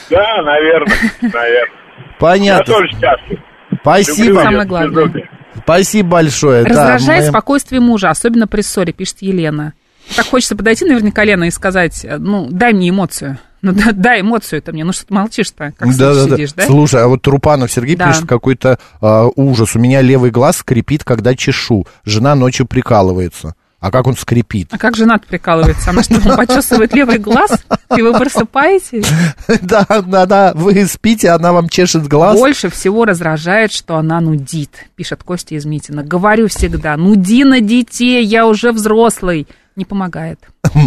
G: Да, наверное, наверное. Я
A: Понятно.
G: тоже счастлив. Люблю
A: Спасибо,
G: её
B: Самое главное.
G: безумие.
A: спасибо большое. Типа. Да,
B: Раздражает
A: мы-
B: спокойствие мужа, особенно при ссоре, пишет Елена. Так хочется подойти наверняка, Лена, и сказать, э, ну, дай мне эмоцию. Ну да, дай эмоцию-то мне, ну что ты молчишь-то, как
A: Да, да, да.
B: сидишь, да?
A: Слушай, а вот Трупанов Сергей
B: Да.
A: пишет какой-то а, ужас. У меня левый глаз скрипит, когда чешу. Жена ночью прикалывается. А как он скрипит?
B: А как жена прикалывается? Она что, вам почесывает левый глаз? И вы просыпаетесь?
A: Да, да, да, вы спите, она вам чешет глаз.
B: Больше всего раздражает, что она нудит, пишет Костя из Митина. Говорю всегда, нуди на детей, я уже взрослый. Не помогает.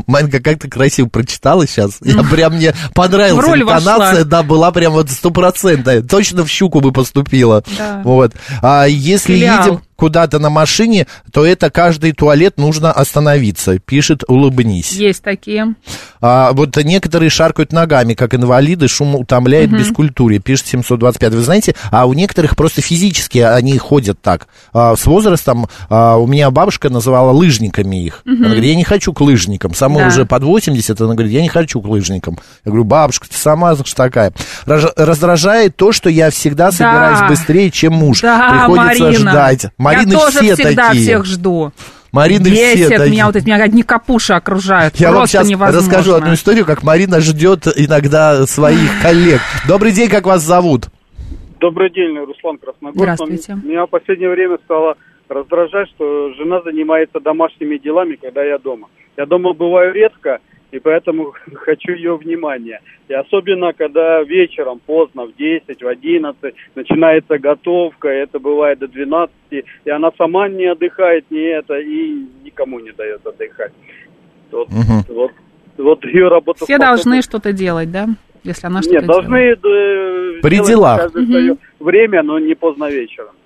A: Манька, как ты красиво прочитала сейчас. Я прям мне
B: В
A: понравилась
B: роль вошла.
A: интонация, да, была прям вот стопроцентная. Точно в щуку бы поступила.
B: Да.
A: Вот. А если
B: Филиал.
A: едем куда-то на машине, то это каждый туалет нужно остановиться, пишет «Улыбнись».
B: Есть такие.
A: А, вот некоторые шаркают ногами, как инвалиды, шум утомляет
B: Мгм.
A: бескультуре, пишет 725. Вы знаете, а у некоторых просто физически они ходят так. А, с возрастом а, у меня бабушка называла лыжниками их.
H: Мгм.
A: Она говорит, я не хочу к лыжникам. Самой
H: Да.
A: уже под 80, она говорит, я не хочу к лыжникам. Я говорю, бабушка, ты сама ж такая. Раз- раздражает то, что я всегда собираюсь быстрее, чем муж.
B: Да,
A: Приходится
B: Марина.
A: ждать. Марины
B: я тоже
A: все
B: всегда
A: такие.
B: всех жду.
A: Марины все
B: Бесит
A: такие.
B: меня вот эти, меня одни капуши окружают.
A: Я
B: Просто
A: вам сейчас
B: невозможно.
A: расскажу одну историю, как Марина ждет иногда своих коллег. Добрый день, как вас зовут?
I: Добрый день, Руслан Красногорск.
B: Здравствуйте.
I: Меня в последнее время стало раздражать, что жена занимается домашними делами, когда я дома. Я дома бываю редко, и поэтому хочу ее внимания. И особенно, когда вечером, поздно, в 10, в 11, начинается готовка, и это бывает до 12, и она сама не отдыхает, не это, и никому не дает отдыхать. Вот, вот, вот ее работа...
B: Все должны что-то делать, да? Если она что-то
I: Нет, должны... э,
A: При
I: делать
A: делах.
I: каждый
B: Мгм.
I: своё Время, но не поздно вечером.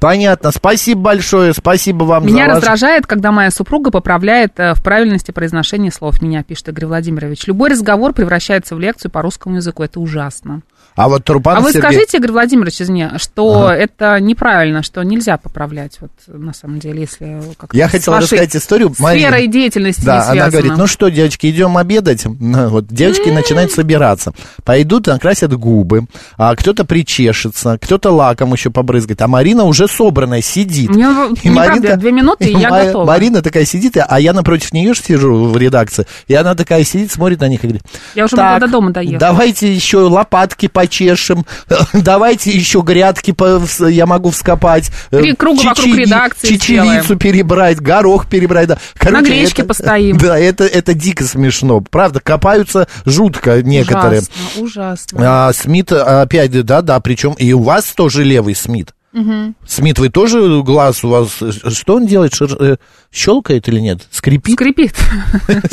A: Понятно. Спасибо большое. Спасибо вам
B: Меня
A: за ваш-
B: раздражает, когда моя супруга поправляет э, в правильности произношения слов меня, пишет Игорь Владимирович. Любой разговор превращается в лекцию по русскому языку. Это ужасно.
A: А вот Трупанов
B: а вы
A: Сергей-
B: скажите, Игорь Владимирович, извини, что
A: Ага.
B: это неправильно, что нельзя поправлять, вот на самом деле, если как-то
A: Я
B: с
A: хотел
B: вашей
A: рассказать историю.
B: сферой деятельности не
A: Да, она
B: связано. М-м.
A: говорит, ну что, девочки, идем обедать. Ну, Вот, девочки начинают собираться. Пойдут, накрасят губы, а кто-то причешется, кто-то лаком еще побрызгает, а Марина уже собранная сидит.
B: Мне неправда, две минуты, и я
A: Ма-
B: готова.
A: Марина такая сидит, а я напротив нее ж сижу в редакции, и она такая сидит, смотрит на них и говорит,
B: Я уже
A: «Так,
B: могла до дома доехать.
A: Давайте еще лопатки почешем, давайте еще грядки по- вс- я могу вскопать. э,
B: Три круга вокруг редакции
A: Чечевицу
B: сделаем.
A: перебрать, горох перебрать. да. Короче,
B: гречке
A: это-
B: постоим.
A: Да, это, это дико смешно. Правда, копаются жутко некоторые.
B: Ужасно, ужасно.
A: А, Смит опять, да-да, причем и у вас тоже левый Смит.
B: Мгм.
A: Смит, вы тоже глаз у вас... э, Что он делает? Шир- э, Щелкает или нет? Скрипит?
B: Скрипит.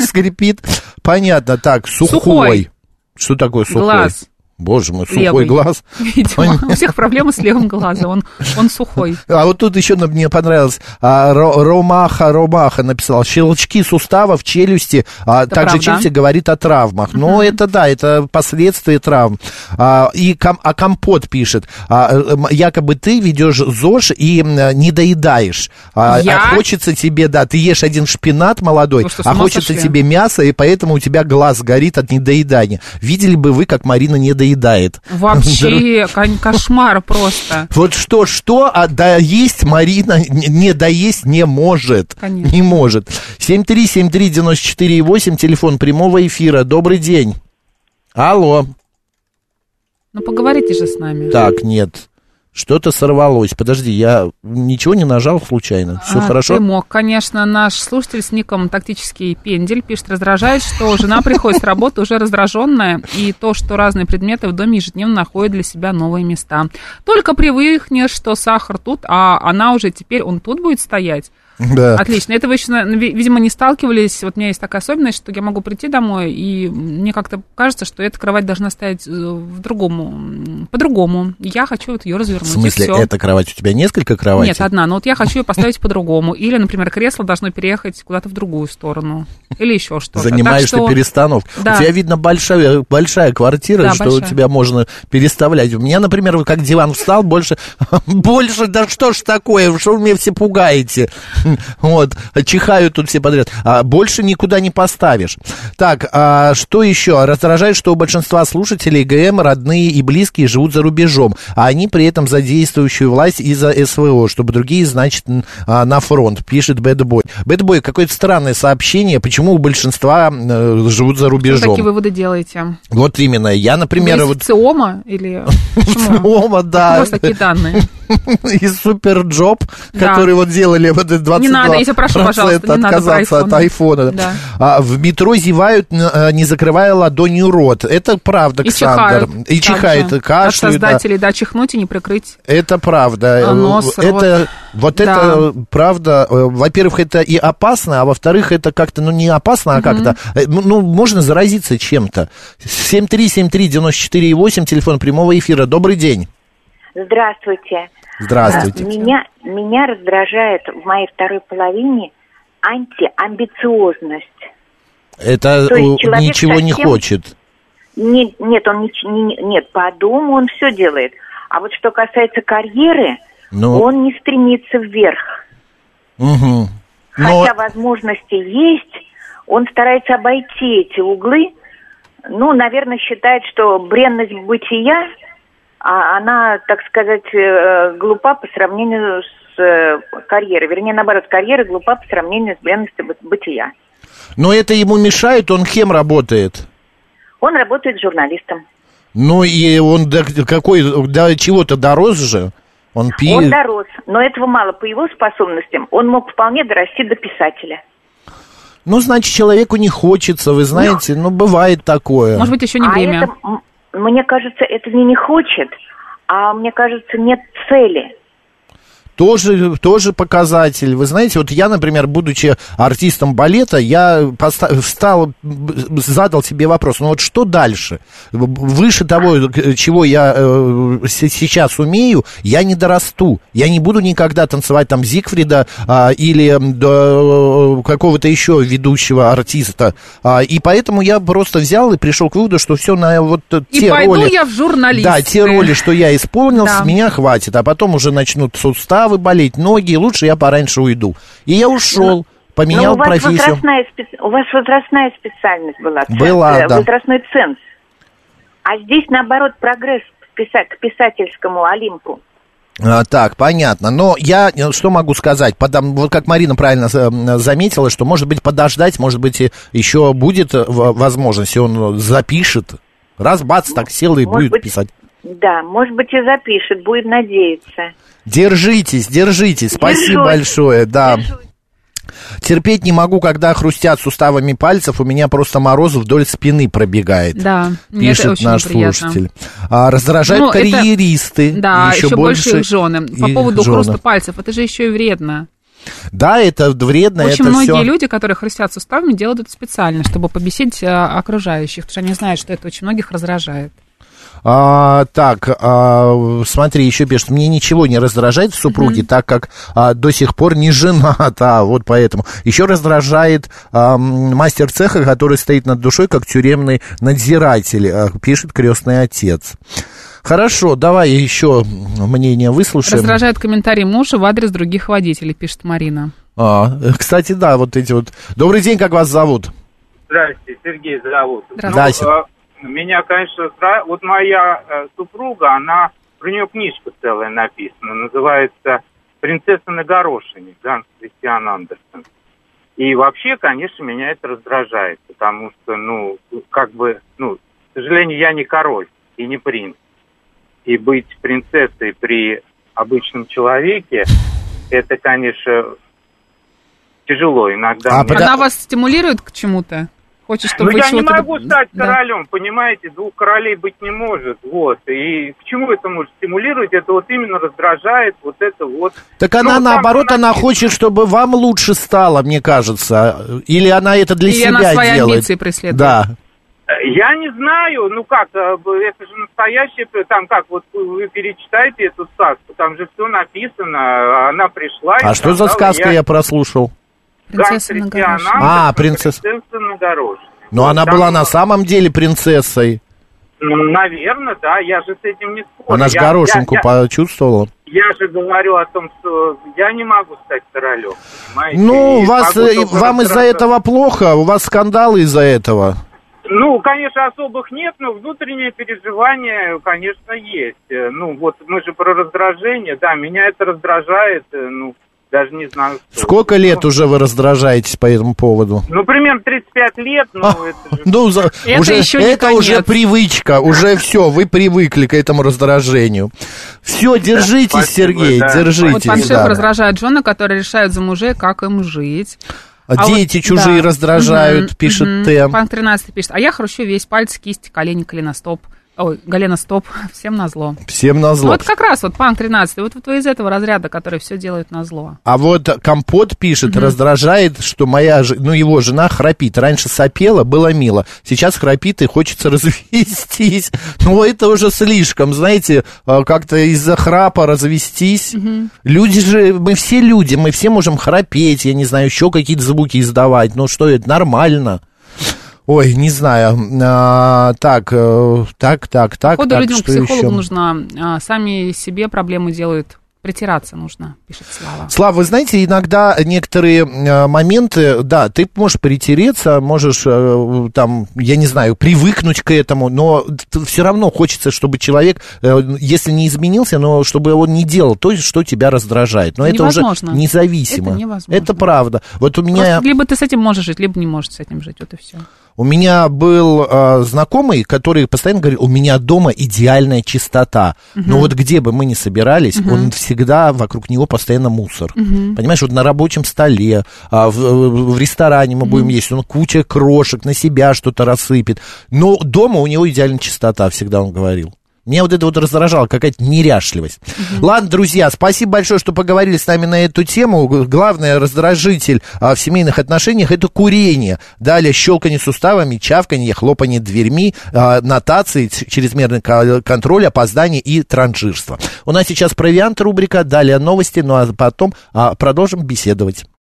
A: Скрипит. Понятно. Так, сухой.
B: Сухой.
A: Что такое сухой?
B: Глаз.
A: Боже мой, сухой
B: Левый.
A: глаз.
B: Видимо, у всех проблемы с левым глазом, он, он сухой.
A: А вот тут еще на- мне понравилось. а, Ро- Ромаха, Ромаха написал. Щелчки суставов, челюсти. а,
B: Это
A: также
B: правда.
A: челюсти говорит о травмах. Ну, это да, это последствия травм. А, и ком- а компот пишет. а, э, м, якобы ты ведешь ЗОЖ и м, э, не доедаешь. А,
B: Я?
A: а хочется тебе, да, ты ешь один шпинат молодой,
B: Вы что, с
A: а
B: ума
A: хочется
B: сошли?
A: тебе мясо, и поэтому у тебя глаз горит от недоедания. Видели бы вы, как Марина не доедает.
B: Вообще кон- кошмар просто.
A: Вот что, что, а доесть Марина не не доесть не может.
B: Конечно.
A: Не может. 7373948, телефон прямого эфира. Добрый день. Алло.
B: Ну поговорите же с нами.
A: Так, нет. Что-то сорвалось. Подожди, я ничего не нажал случайно. Все
B: А,
A: хорошо?
B: Ты мог, конечно, наш слушатель с ником «Тактический пендель» пишет, раздражает, что жена приходит с работы уже раздраженная, и то, что разные предметы в доме ежедневно находят для себя новые места. Только привыкнешь, что сахар тут, а она уже теперь, он тут будет стоять.
A: Да.
B: Отлично. Это вы еще, наверно, ви- видимо, не сталкивались. Вот у меня есть такая особенность, что я могу прийти домой, и мне как-то кажется, что эта кровать должна стоять э, в другому, м, по-другому. Я хочу вот ее
A: В
B: развернуть. и
A: смысле,
B: всё.
A: эта кровать? У тебя несколько кроватей?
B: Нет, одна. Но вот я хочу ее поставить по-другому. Или, например, кресло должно переехать куда-то в другую сторону. Или еще что-то.
A: Занимаешься
B: Так что-
A: перестановку.
B: Да.
A: У тебя, видно, большая, большая квартира,
B: Да,
A: что у
B: большая.
A: тебя можно переставлять. У меня, например, вот как диван встал, больше, больше, да что ж такое, что вы меня все пугаете? Вот, чихают тут все подряд. А больше никуда не поставишь. Так, а что еще? Раздражает, что у большинства слушателей ГМ родные и близкие живут за рубежом, а они при этом за действующую власть и за СВО, чтобы другие, значит, н- а, на фронт, пишет Бэтбой. Бэтбой, какое-то странное сообщение, почему у большинства э, живут за
B: Вы такие
A: рубежом.
B: выводы делаете?
A: Вот именно, я, например,
B: Вы из
A: вот...
B: ЦИОМа или
A: Ома,
B: у
A: да.
B: вас такие данные?
A: и Суперджоп,
B: Да.
A: который вот делали вот этот 22
B: Не надо, я тебя прошу, пожалуйста, не надо про
A: отказаться от
B: iPhone.
A: айфона.
B: Да.
A: А, в метро зевают, н- а, не закрывая ладонью рот. Это правда,
B: И
A: Александр.
B: чихают.
A: И чихает,
B: также.
A: и
B: От
A: кашляют. да.
B: создателей, да, чихнуть и не прикрыть.
A: Это правда. Э,
B: А, нос,
A: это,
B: рот.
A: Вот
B: Да.
A: это правда. Э, Во-первых, это и опасно, а во-вторых, это как-то, ну, не опасно, а как-то... э, Ну, ну, можно заразиться чем-то. 7373948, телефон прямого эфира. Добрый день.
H: Здравствуйте.
A: Здравствуйте.
H: А, Меня, меня раздражает в моей второй половине антиамбициозность.
A: Это
H: То есть
A: у-
H: человек
A: ничего не
H: совсем-
A: хочет.
H: Нет, нет, он нич- не- нет, по дому он все делает. А вот что касается карьеры,
A: Ну.
H: он не стремится вверх.
A: Мгм. Ну,
H: Хотя возможности есть, он старается обойти эти углы. Ну, наверное, считает, что бренность бытия, а, она, так сказать, э, глупа по сравнению с э, карьерой. Вернее, наоборот, карьера глупа по сравнению с бренностью бы- бытия.
A: Но это ему мешает, он кем работает?
H: Он работает журналистом.
A: Ну и он до какой, до чего-то дорос же. Он пи...
H: Он дорос, но этого мало по его способностям. Он мог вполне дорасти до писателя.
A: Ну, значит, человеку не хочется, вы знаете, ну, бывает такое.
B: Может быть, еще не
H: а
B: время.
H: это, м, мне кажется, это не не хочет, а мне кажется, нет цели.
A: Тоже, тоже показатель. Вы знаете, вот я, например, будучи артистом балета, я поста- встал, б- задал себе вопрос, ну вот что дальше? Выше того, к- чего я э, се- сейчас умею, я не дорасту. Я не буду никогда танцевать там Зигфрида а, или м, до, э, какого-то еще ведущего артиста. А, и поэтому я просто взял и пришел к выводу, что все на вот э,
B: И
A: те
B: пойду
A: роли...
B: я в журналисты.
A: Да, те роли, что я исполнил,
B: Да.
A: с меня хватит. А потом уже начнут суставы болеть, ноги, и лучше я пораньше уйду. И я ушел,
H: Но
A: поменял
H: Ну, у вас
A: профессию.
H: возрастная спе- у вас возрастная специальность была, цен-
A: Была,
H: э,
A: да.
H: возрастной ценз. А здесь наоборот прогресс к писа- к писательскому Олимпу.
A: А, так, понятно. Но я э, что могу сказать? Подам- вот как Марина правильно э, м, заметила, что может быть подождать, может быть и еще будет э, в- возможность, и он э, запишет. Раз, бац, так сел и
H: может
A: будет
H: быть.
A: писать.
H: Да, может быть и запишет, будет надеяться.
A: Держитесь, держитесь. Спасибо
H: Держусь.
A: большое, да. Терпеть не могу, когда хрустят суставами пальцев, у меня просто мороз вдоль спины пробегает.
B: Да, мне это
A: Пишет
B: очень
A: наш
B: неприятно.
A: слушатель. А, раздражают
B: Ну, это-
A: карьеристы.
B: Да,
A: и
B: еще, больше, их жены. По
A: и
B: поводу
A: жены.
B: хруста пальцев, это же еще и вредно.
A: Да, это вредно,
B: Очень
A: это
B: многие
A: все.
B: люди, которые хрустят суставами, делают это специально, чтобы побесить э, окружающих, потому что они знают, что это очень многих раздражает.
A: А, так, а, смотри, еще пишет, мне ничего не раздражает в супруге, так как а, до сих пор не женат, а вот поэтому. Еще раздражает а, м, мастер цеха, который стоит над душой, как тюремный надзиратель, а, пишет крестный отец. Хорошо, давай еще мнение выслушаем.
B: Раздражают комментарии мужа в адрес других водителей, пишет Марина.
A: А, кстати, да, вот эти вот. Добрый день, как вас зовут?
J: Здрасте, Сергей зовут.
A: Здравствуйте.
J: Ну, э, меня, конечно, здра- вот моя э, супруга, она, про нее книжка целая написана, называется «Принцесса на горошине» Ганс Кристиан Андерсон. И вообще, конечно, меня это раздражает, потому что, ну, как бы, ну, к сожалению, я не король и не принц. И быть принцессой при обычном человеке, это, конечно, тяжело иногда. мне-
B: Она вас стимулирует к чему-то? Хочет, чтобы
J: ну,
B: вы
J: я не
B: чего-то-
J: могу стать
B: Да.
J: королем, понимаете, двух королей быть не может, вот, и к чему это может стимулировать, это вот именно раздражает вот это вот.
A: Так она
J: Ну, там
A: наоборот, она хочет, чтобы вам лучше стало, мне кажется. Или она это для
B: Или
A: себя
B: она свои
A: делает.
B: амбиции преследует.
A: Да.
J: э, Я не знаю, ну как, э, б- это же настоящее, пр- там как, вот вы- вы перечитаете эту сказку, там же все написано, она пришла. и
A: А что за
J: сказала,
A: сказка я
J: я...
A: прослушал?
J: Ганс Кристиан Андерсен,
A: А, принцесса.
J: «Принцесса на горошине».
A: Но она
J: там-
A: была на самом деле принцессой.
J: Ну, наверное, да, я же с этим не спорю.
A: Она ж
J: Я- я-
A: горошинку
J: я-
A: почувствовала.
J: я же говорю о том, что я не могу стать королем, понимаете?
A: Ну,
J: И
A: вас,
J: могу
A: э,
J: только
A: вам из-за
J: раздражаться.
A: этого плохо, у вас скандалы из-за этого.
J: Ну, конечно, особых нет, но внутренние переживания, конечно, есть. Э, Ну, вот мы же про раздражение, да, меня это раздражает, э, ну, даже не знаю. что.
A: Сколько лет уже вы раздражаетесь по этому поводу?
J: Ну, примерно 35 лет, ну, это же...
A: Ну, за-
J: Это
A: уже,
J: еще не
A: это уже
J: конец.
A: привычка, уже все, вы привыкли к этому раздражению. Все, держитесь, Сергей,
B: Вот
A: держитесь.
B: фальшив
A: да.
B: раздражает жены, которые решают за мужей, как им жить.
A: А дети чужие раздражают,
B: Мгм,
A: пишет
B: мгм.
A: Т.
B: Панк 13 пишет, а я хрущу весь пальцы, кисти, колени, коленостоп. Ой, голеностоп, всем назло.
A: Всем назло.
B: Вот как раз вот Панк 13, вот, вот вы из этого разряда, который все делает назло.
A: А вот компот пишет, раздражает, что моя, ж- ну его жена храпит. Раньше сопела, было мило. Сейчас храпит и хочется развестись. Но это уже слишком, знаете, э, как-то из-за храпа развестись. Люди же, мы все люди, мы все можем храпеть, я не знаю, еще какие-то звуки издавать. Ну что это, нормально. Ой, не знаю. А, так, э, так, так, так,
B: Походу,
A: так,
B: людям к
A: что
B: психологу
A: еще?
B: нужно, а, сами себе проблемы делают, притираться нужно, пишет Слава.
A: Слав, вы знаете, иногда некоторые э, моменты, да, ты можешь притереться, можешь э, там, я не знаю, привыкнуть к этому, но все равно хочется, чтобы человек, э, если не изменился, но чтобы он не делал то, что тебя раздражает. Но это
B: Невозможно.
A: уже независимо.
B: Это невозможно.
A: Это правда. Вот у меня...
B: Просто либо ты с этим можешь жить, либо не можешь с этим жить, вот и все.
A: У меня был э, знакомый, который постоянно говорил, у меня дома идеальная чистота. Но вот где бы мы ни собирались, он всегда, вокруг него постоянно мусор.
K: Мгм.
A: Понимаешь, вот на рабочем столе, а, в, в ресторане мы будем есть, он куча крошек, на себя что-то рассыпет. Но дома у него идеальная чистота, всегда он говорил. Меня вот это вот раздражало, какая-то неряшливость. Ладно, друзья, спасибо большое, что поговорили с нами на эту тему. Главный раздражитель а, в семейных отношениях – это курение. Далее щелканье суставами, чавканье, хлопанье дверьми, а, нотации, ц- чрезмерный ко- контроль, опоздание и транжирство. У нас сейчас провиант рубрика, далее новости, ну а потом а, продолжим беседовать.